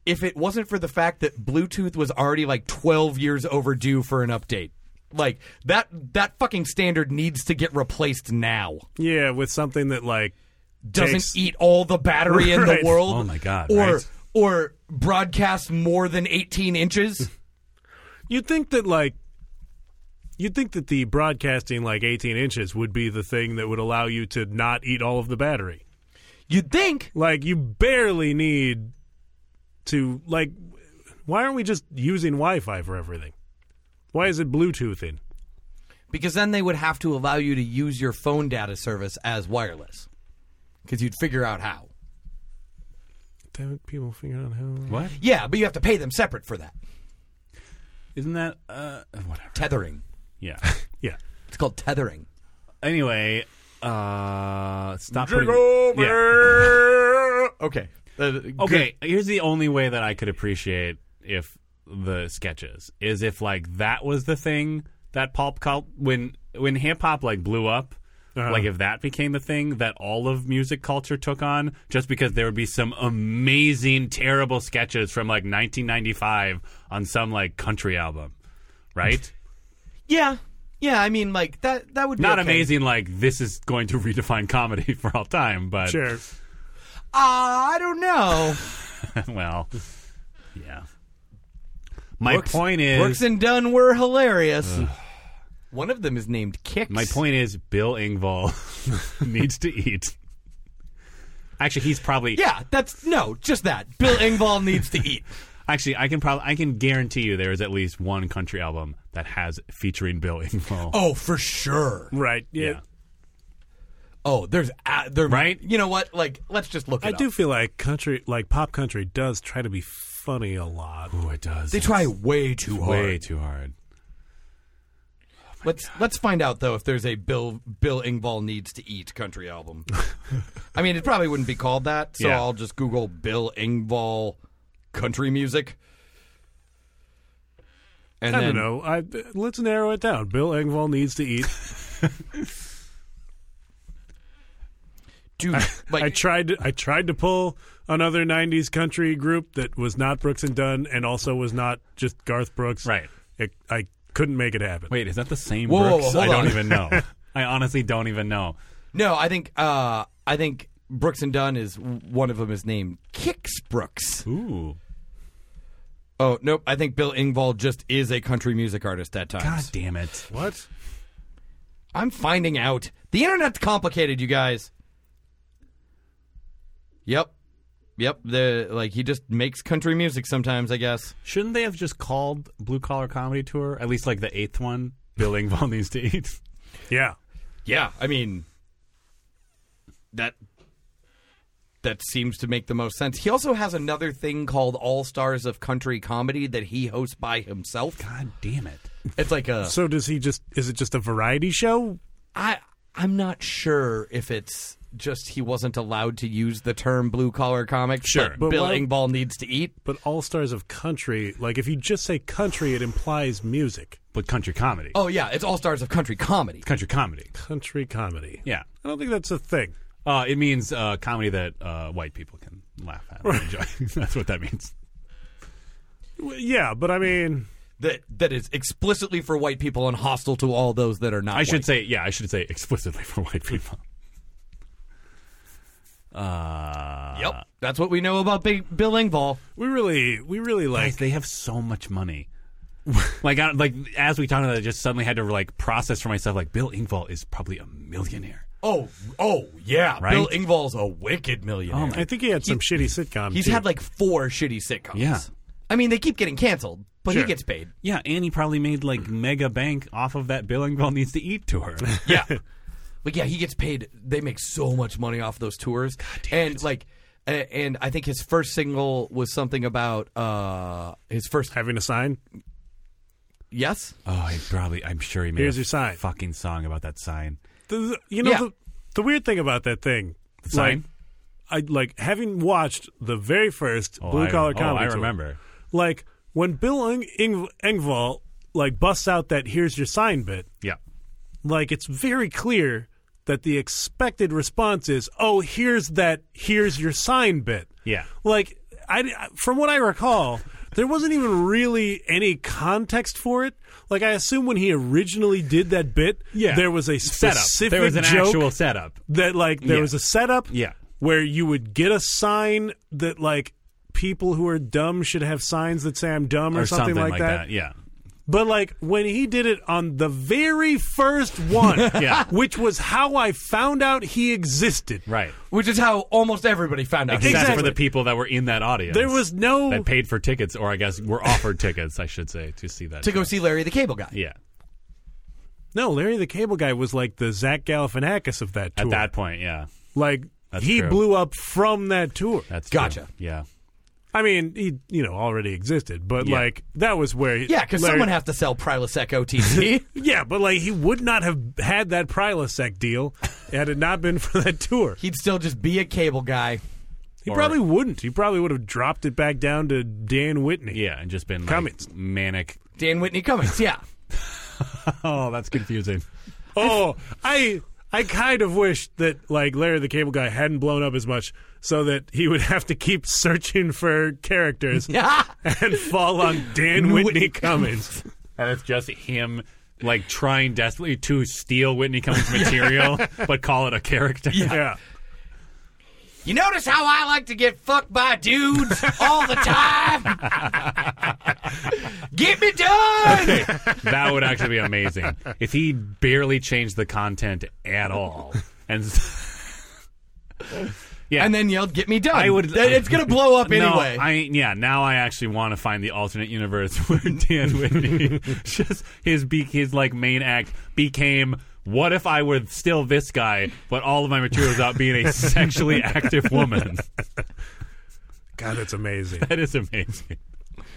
if it wasn't for the fact that Bluetooth was already like 12 years overdue for an update. Like that that fucking standard needs to get replaced now. Yeah, with something that like Doesn't Takes- eat all the battery in the Right. world. Oh my God, Or right? or broadcast more than 18 inches. (laughs) you'd think that like you'd think that the broadcasting like 18 inches would be the thing that would allow you to not eat all of the battery. You'd think Like you barely need to like why aren't we just using Wi-Fi for everything? Why is it Bluetoothing? because then they would have to allow you to use your phone data service as wireless. Cuz you'd figure out how. Damn it, people figure out how. what? Yeah, but you have to pay them separate for that. Isn't that uh whatever? Tethering. Yeah. Yeah. It's called tethering. Anyway, uh stop putting- Yeah. Uh, over. Okay. Okay, here's the only way that I could appreciate if the sketches is if like that was the thing that pulp cult when when hip hop like blew up. Uh-huh. Like if that became the thing that all of music culture took on, just because there would be some amazing, terrible sketches from like 1995 on some like country album, (laughs) right? Yeah. Yeah, I mean like that that would be Not okay. amazing. Like this is going to (laughs) redefine comedy for all time, but Sure. Uh, I don't know. (laughs) well, yeah. My Brooks- point is, Brooks and Dunn were hilarious. One of them is named Kicks. my point is, Bill Engvall (laughs) needs to eat. Actually, he's probably. Yeah, that's no, just that. Bill Engvall needs to eat. Actually, I can probably, I can guarantee you, there is at least one country album that has featuring Bill Engvall. Oh, for sure. Right. Yeah. yeah. Oh, there's a there Right? You know what? Like let's just look it I up. do feel like country, like pop country, does try to be funny a lot. Oh, it does. They try way too hard. way too hard. Let's let's find out though if there's a Bill Bill Ingvall needs to eat country (laughs) album. I mean, it probably wouldn't be called that, so Yeah. I'll just Google Bill Ingvall country music. And I then, don't know. I, let's narrow it down. Bill Engvall needs to (laughs) eat. dude, like I tried. To, I tried to pull another '90s country group that was not Brooks and Dunn, and also was not just Garth Brooks. Right. It, I couldn't make it happen. Wait, is that the same Whoa, whoa, whoa, Brooks? hold I don't on. even know. (laughs) I honestly don't even know. no, I think uh, I think Brooks and Dunn is one of them is named Kicks Brooks. Ooh. Oh nope, I think Bill Ingvall just is a country music artist at times. God damn it. What? I'm finding out. The internet's complicated, you guys. Yep. Yep, the like he just makes country music sometimes, I guess. Shouldn't they have just called Blue Collar Comedy Tour, at least like the eighth one, Bill Engvall (laughs) needs to eat? Yeah. Yeah, I mean that that seems to make the most sense. He also has another thing called All Stars of Country Comedy that he hosts by himself. God damn it. It's like a So does he just? Is it just a variety show? I I'm not sure if it's just he wasn't allowed to use the term blue collar comic. Sure. but But Bill why- Engvall needs to eat. But all stars of country. Like if you just say country, it implies music, But country comedy. Oh yeah, it's all stars of country comedy. Country comedy. country comedy. Yeah. I don't think that's a thing. Uh, it means uh, comedy that uh, white people can laugh at and (laughs) enjoy. (laughs) That's what that means. W- Yeah, but I mean, That that is explicitly for white people and hostile to all those that are not. I should white. say, yeah, I should say explicitly for white people. Uh, Yep, that's what we know about Big Bill Engvall. we really, we really (laughs) like. Guys, they have so much money. (laughs) like, I, like as we talked about, it, I just suddenly had to like process for myself. Like, Bill Ingvall is probably a millionaire. Oh, oh yeah, Right? Bill Engvall's a wicked millionaire. I think he had some shitty sitcom. He's too. had like four shitty sitcoms. Yeah. I mean they keep getting canceled, but Sure. he gets paid. Yeah, and he probably made Mm. like mega bank off of that Bill and Bill needs to (laughs) eat tour. (laughs) Yeah. but yeah, he gets paid. They make so much money off those tours. and like a- and I think his first single was something about uh his first Having a sign? yes. oh, he probably. I'm sure he made Here's a your sign. fucking song about that sign. The, you know, Yeah. the, the weird thing about that thing. sign? Like, I, like, having watched the very first Oh, Blue I- Collar oh, Comedy I Tour, remember. like, when Bill Eng- Eng- Engvall, like, busts out that here's your sign bit, Yeah. like it's very clear that the expected response is, "Oh, here's that, here's your sign bit." Yeah. Like I, from what I recall, there wasn't even really any context for it. Like I assume when he originally did that bit, Yeah. there was a Setup. specific There was an joke actual setup. that like there Yeah. was a setup Yeah. where you would get a sign that like people who are dumb should have signs that say I'm dumb or, Or something, that. like, that. Yeah. But like when he did it on the very first one, (laughs) Yeah. which was how I found out he existed. Right. Which is how almost everybody found out. Except Exactly. for the people that were in that audience. There was no that paid for tickets, or I guess were offered tickets, I should say, to see that. to go see Larry the Cable Guy. yeah. no Larry the Cable Guy was like the Zach Galifianakis of that tour. At that point, yeah. like That's he true. blew up from that tour. That's Gotcha. True. Yeah. I mean, he you know already existed, but Yeah. like that was where he, Yeah, because Larry- someone has to sell (laughs) Prilosec OTC. yeah, but like he would not have had that Prilosec deal had it not been for that tour. He'd still just be a cable guy. He Or- probably wouldn't. He probably would have dropped it back down to Dan Whitney. Yeah, and just been like, Cummings. manic. Dan Whitney Cummings, yeah. Oh, that's confusing. Oh, I I kind of wish that like Larry the Cable Guy hadn't blown up as much, so that he would have to keep searching for (laughs) characters and fall on Dan Whitney Cummings. And it's just him like trying desperately to steal (laughs) Whitney Cummings material, but call it a character. Yeah, (laughs) You notice how I like to get fucked by dudes all the time? get me done! that would actually be amazing if he barely changed the content at all. And yeah, And then yelled, get me done. I would- Th- It's going to blow up (laughs) No, anyway. I yeah. Now I actually want to find the alternate universe (laughs) where Dan Whitney (laughs) just his be, his like main act became. What if I were still this guy, but all of my material is about being (laughs) a sexually active woman? God, that's amazing. That is amazing.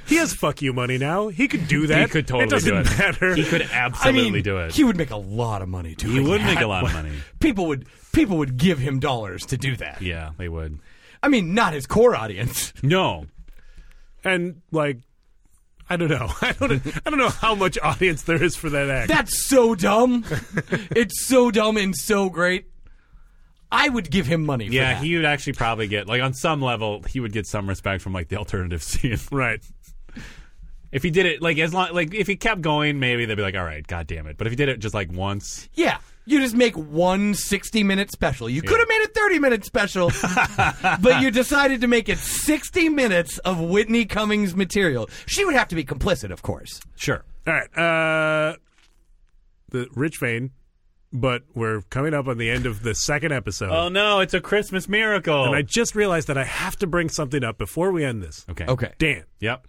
He has fuck you money now. He could do that. he could totally it doesn't do it. matter. He could I absolutely mean, do it. he would make a lot of money too. He would make a lot of money. (laughs) People would people would give him dollars to do that. Yeah, they would. I mean, not his core (laughs) audience. No, and like, I don't know. (laughs) I don't. I don't know how much audience there is for that act. That's so dumb. it's so dumb and so great. I would give him money. For Yeah, that. he would actually probably get like on some level he would get some respect from like the alternative (laughs) scene. right. If he did it like as long like if he kept going, maybe they'd be like, all right, god damn it. But if he did it just like once, Yeah. You just make one 60 minute special. You could have made a 30 minute (laughs) special, but you decided to make it 60 minutes of Whitney Cummings material. She would have to be complicit, of course. sure. All right. Uh, the rich vein, but we're coming up on the end of the second episode. Oh no, it's a Christmas miracle. And I just realized that I have to bring something up before we end this. okay. Okay. Dan, Yep.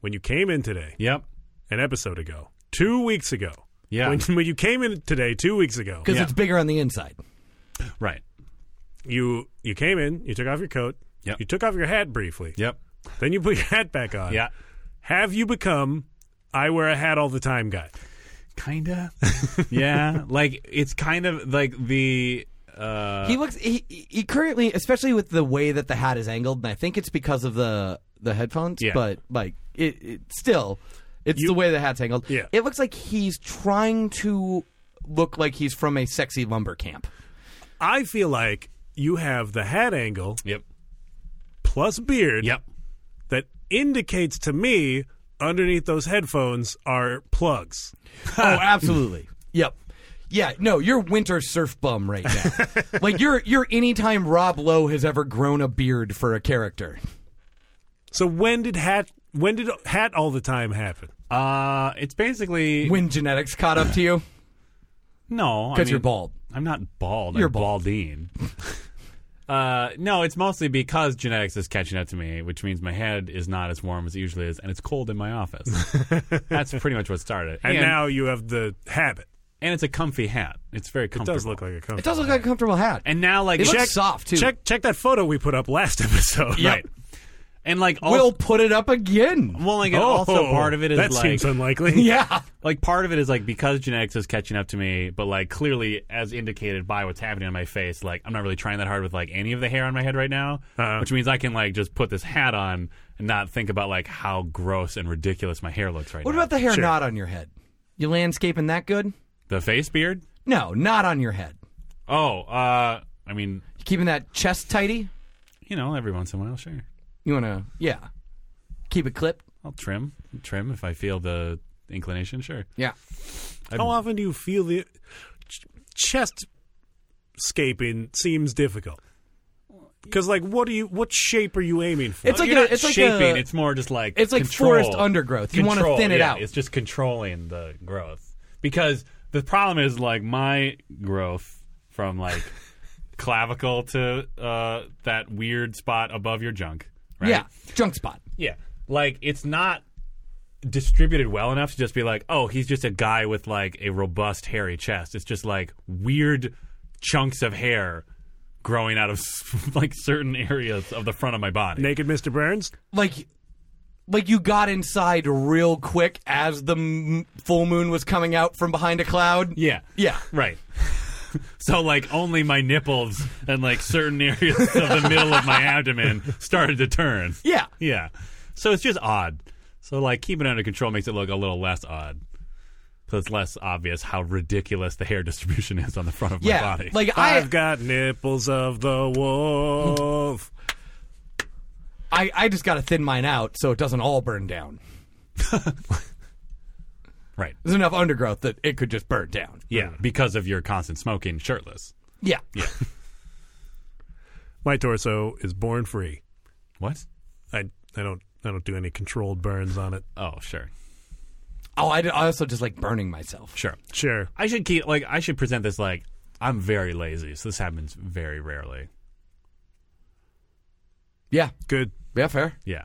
when you came in today, Yep. an episode ago, two weeks ago. Yeah. When, when you came in today, two weeks ago, Because Yeah. it's bigger on the inside. (laughs) Right. you you came in, you took off your coat, Yep. you took off your hat briefly, Yep. then you put your hat back on. Yeah. Have you become I wear a hat all the time guy? Kinda. (laughs) yeah. Like it's kind of like the uh he looks, he, he he currently, especially with the way that the hat is angled, and I think it's because of the, the headphones, Yeah. but like, it, it still, it's You- the way the hat's angled. Yeah. It looks like he's trying to look like he's from a sexy lumber (laughs) camp. I feel like you have the hat angle Yep. plus beard Yep. that indicates to me underneath those headphones are plugs. Oh, absolutely. (laughs) yep. Yeah, no, you're winter surf bum right now. (laughs) like you're you're anytime Rob Lowe has ever grown a beard for a character. So when did hat when did hat all the time happen? Uh it's basically When genetics caught up to you no, I because you're mean- bald. I'm not bald. You're I'm bald. balding. (laughs) Uh, no, it's mostly because genetics is catching up to me, which means my head is not as warm as it usually is, and it's cold in (laughs) my office. That's pretty much what started. And now you have the habit. and it's a comfy hat. It's very It comfortable. does look like a comfort. It does look like a comfortable hat. And now, like, It looks check- soft too. Check check that photo we put up last (laughs) episode. Yep. right? And like, also, We'll put it up again. well, like, and Oh, also part of it is that like, seems (laughs) unlikely. (laughs) Yeah. like part of it is like because genetics is catching up to me, but like clearly as indicated by what's happening on my face, like I'm not really trying that hard with like any of the hair on my head right now, Uh-uh. which means I can like just put this hat on and not think about like how gross and ridiculous my hair looks right What now. about the hair Sure. not on your head? You landscaping that good? the face beard? No, not on your head. Oh, uh, I mean, You keeping that chest tidy? you know, every once in a while, sure. You want to, yeah. Keep it clipped? I'll trim, trim if I feel the inclination, sure. Yeah. How often do you feel the ch- chest scaping seems difficult? Because like, what do you? What shape are you aiming for? It's like You're a- not it's like shaping. a- it's more just like it's like control. forest undergrowth. You wanna Control, thin it yeah, out. It's just controlling the growth because the problem is like my growth (laughs) from like clavicle to uh, that weird spot above your junk. Right? Yeah. Junk spot. yeah. Like it's not distributed well enough to just be like, oh, he's just a guy with like a robust hairy chest. It's just like weird chunks of hair growing out of (laughs) like certain areas of the front of my body. Naked Mr. Burns. Like, like you got inside real quick as the m- full moon was coming out from behind a cloud. Yeah. Yeah. Right. (laughs) so like only my nipples and like certain areas of the middle of my abdomen started to turn. Yeah. Yeah. So it's just odd. So like keeping it under control makes it look a little less odd. So it's less obvious how ridiculous the hair distribution is on the front of Yeah. my body. Like I, I've got nipples of the wolf. I, I just got to thin mine out so it doesn't all burn down. right. There's enough undergrowth that it could just burn down. Yeah. Because of your constant smoking shirtless. Yeah. My torso is born free. What? I I don't I don't do any controlled burns on it. Oh, sure. Oh, I, d- I also just like burning myself. Sure. Sure. I should keep like I should present this like I'm very lazy, so this happens very rarely. Yeah. Good. Yeah, fair. Yeah.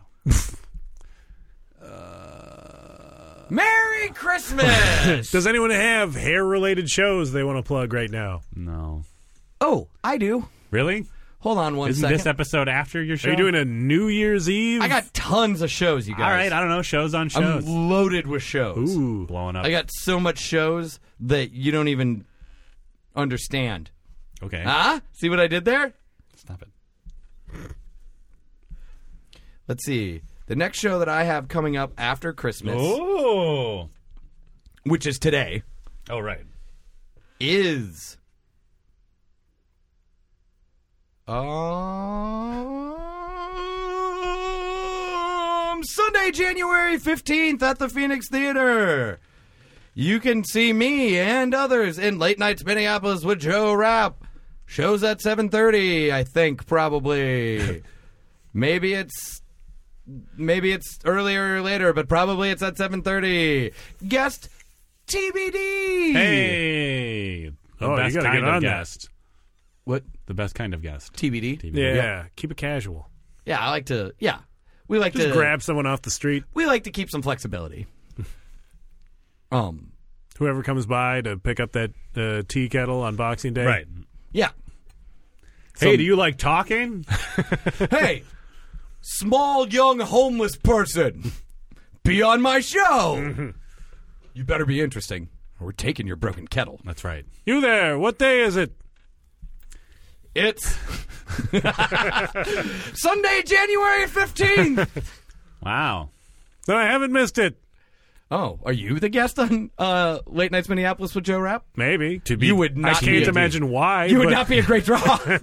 Merry Christmas! Does anyone have hair related shows they want to plug right now? No. (laughs) oh, I do. Really? Hold on one Isn't second. this episode after your show? Are you doing a New Year's Eve? I got tons of shows, you guys. All right, I don't know. Shows on shows. I'm loaded with shows. Ooh. Blowing up. I got so much shows that you don't even understand. okay. Huh? See what I did there? Stop it. Let's see. The next show that I have coming up after Christmas, Oh. which is today, Oh, right. is. Um, Sunday, January 15th at the Phoenix Theater. You can see me and others in Late Nights Minneapolis with Joe Rapp. Shows at 7:30, I think probably. maybe it's maybe it's earlier or later, but probably it's at 7:30. Guest TBD. Hey. The Oh, you best gotta get kind on of that. guest. What The best kind of guest. TBD? Yeah, keep it casual. Yeah, I like to. Yeah, we like Just to grab someone off the street, We like to keep some flexibility. um. whoever comes by to pick up that uh, tea kettle on Boxing Day. Right. Yeah. Hey, Some- do you like (laughs) talking? Hey, small young homeless person, be on my show. you better be interesting. or We're taking your broken kettle. That's right. You there? What day is it? It's (laughs) Sunday, January fifteenth. Wow. No, I haven't missed it. oh, are you the guest on uh, Late Nights Minneapolis with Joe Rapp? Maybe to be- You would I not. be can't a- imagine why. (laughs) You would but not be a great draw. (laughs)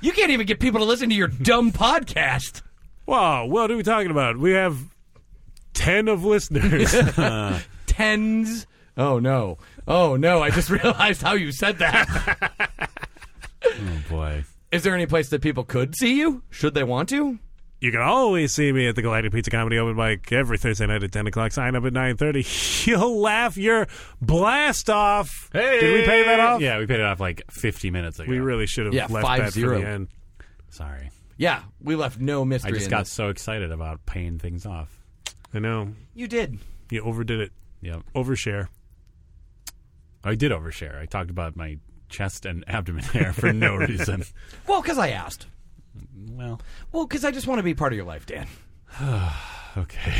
you can't even get people to listen to your dumb podcast. Wow. What are we talking about? We have ten of listeners. Tens. Oh no. Oh no, I just (laughs) realized how you said that. (laughs) Oh, boy. Oh, Is there any place that people could see you? Should they want to? You can always see me at the Galactic Pizza Comedy Open Mic every Thursday night at 10 o'clock. Sign up at 9.30. (laughs) You'll laugh your blast off. Hey, Did we pay that off? Yeah, we paid it off like 50 minutes ago. We really should have Yeah, left that for 5-0. the end. Sorry. Yeah, we left no I mystery. just in got this. so excited about paying things off. I know. You did. You overdid it. Yep. Overshare. I did overshare. I talked about my chest and abdomen (laughs) hair for no reason. Well, because I asked. (laughs) well, Well, because I just want to be part of your life, Dan. okay.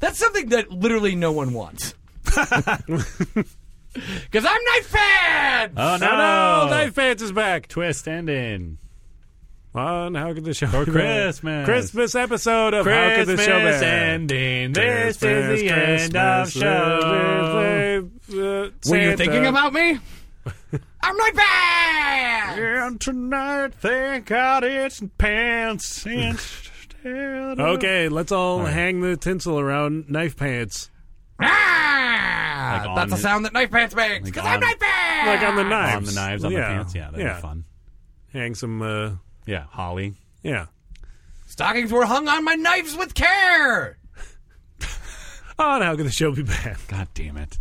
That's something that literally no one wants. (laughs) Because I'm Night Fan! Oh no! Oh, Knife Pants is back Twist ending. on How Could This Show For Be Bad? Christmas. Christmas episode of How Could This Show Be Christmas Bad? ending. This is Christmas, the end of Christmas, show. Christmas, uh, Were you Santa. thinking about me? I'm Night Fan! And tonight, thank God it's pants. (laughs) instead of- Okay, let's all hang the tinsel around Knife Pants. Ah! Like on That's a his- sound that Knife Pants makes. Like Because on- I'm Night Fan! Like on the knives. Ah. On the knives, on yeah. the pants. Yeah, that'd yeah. be fun. Hang some, uh, Yeah, Holly. yeah. Stockings were hung on my knives with care! Oh, On How Could This Show Be Bad? God damn it.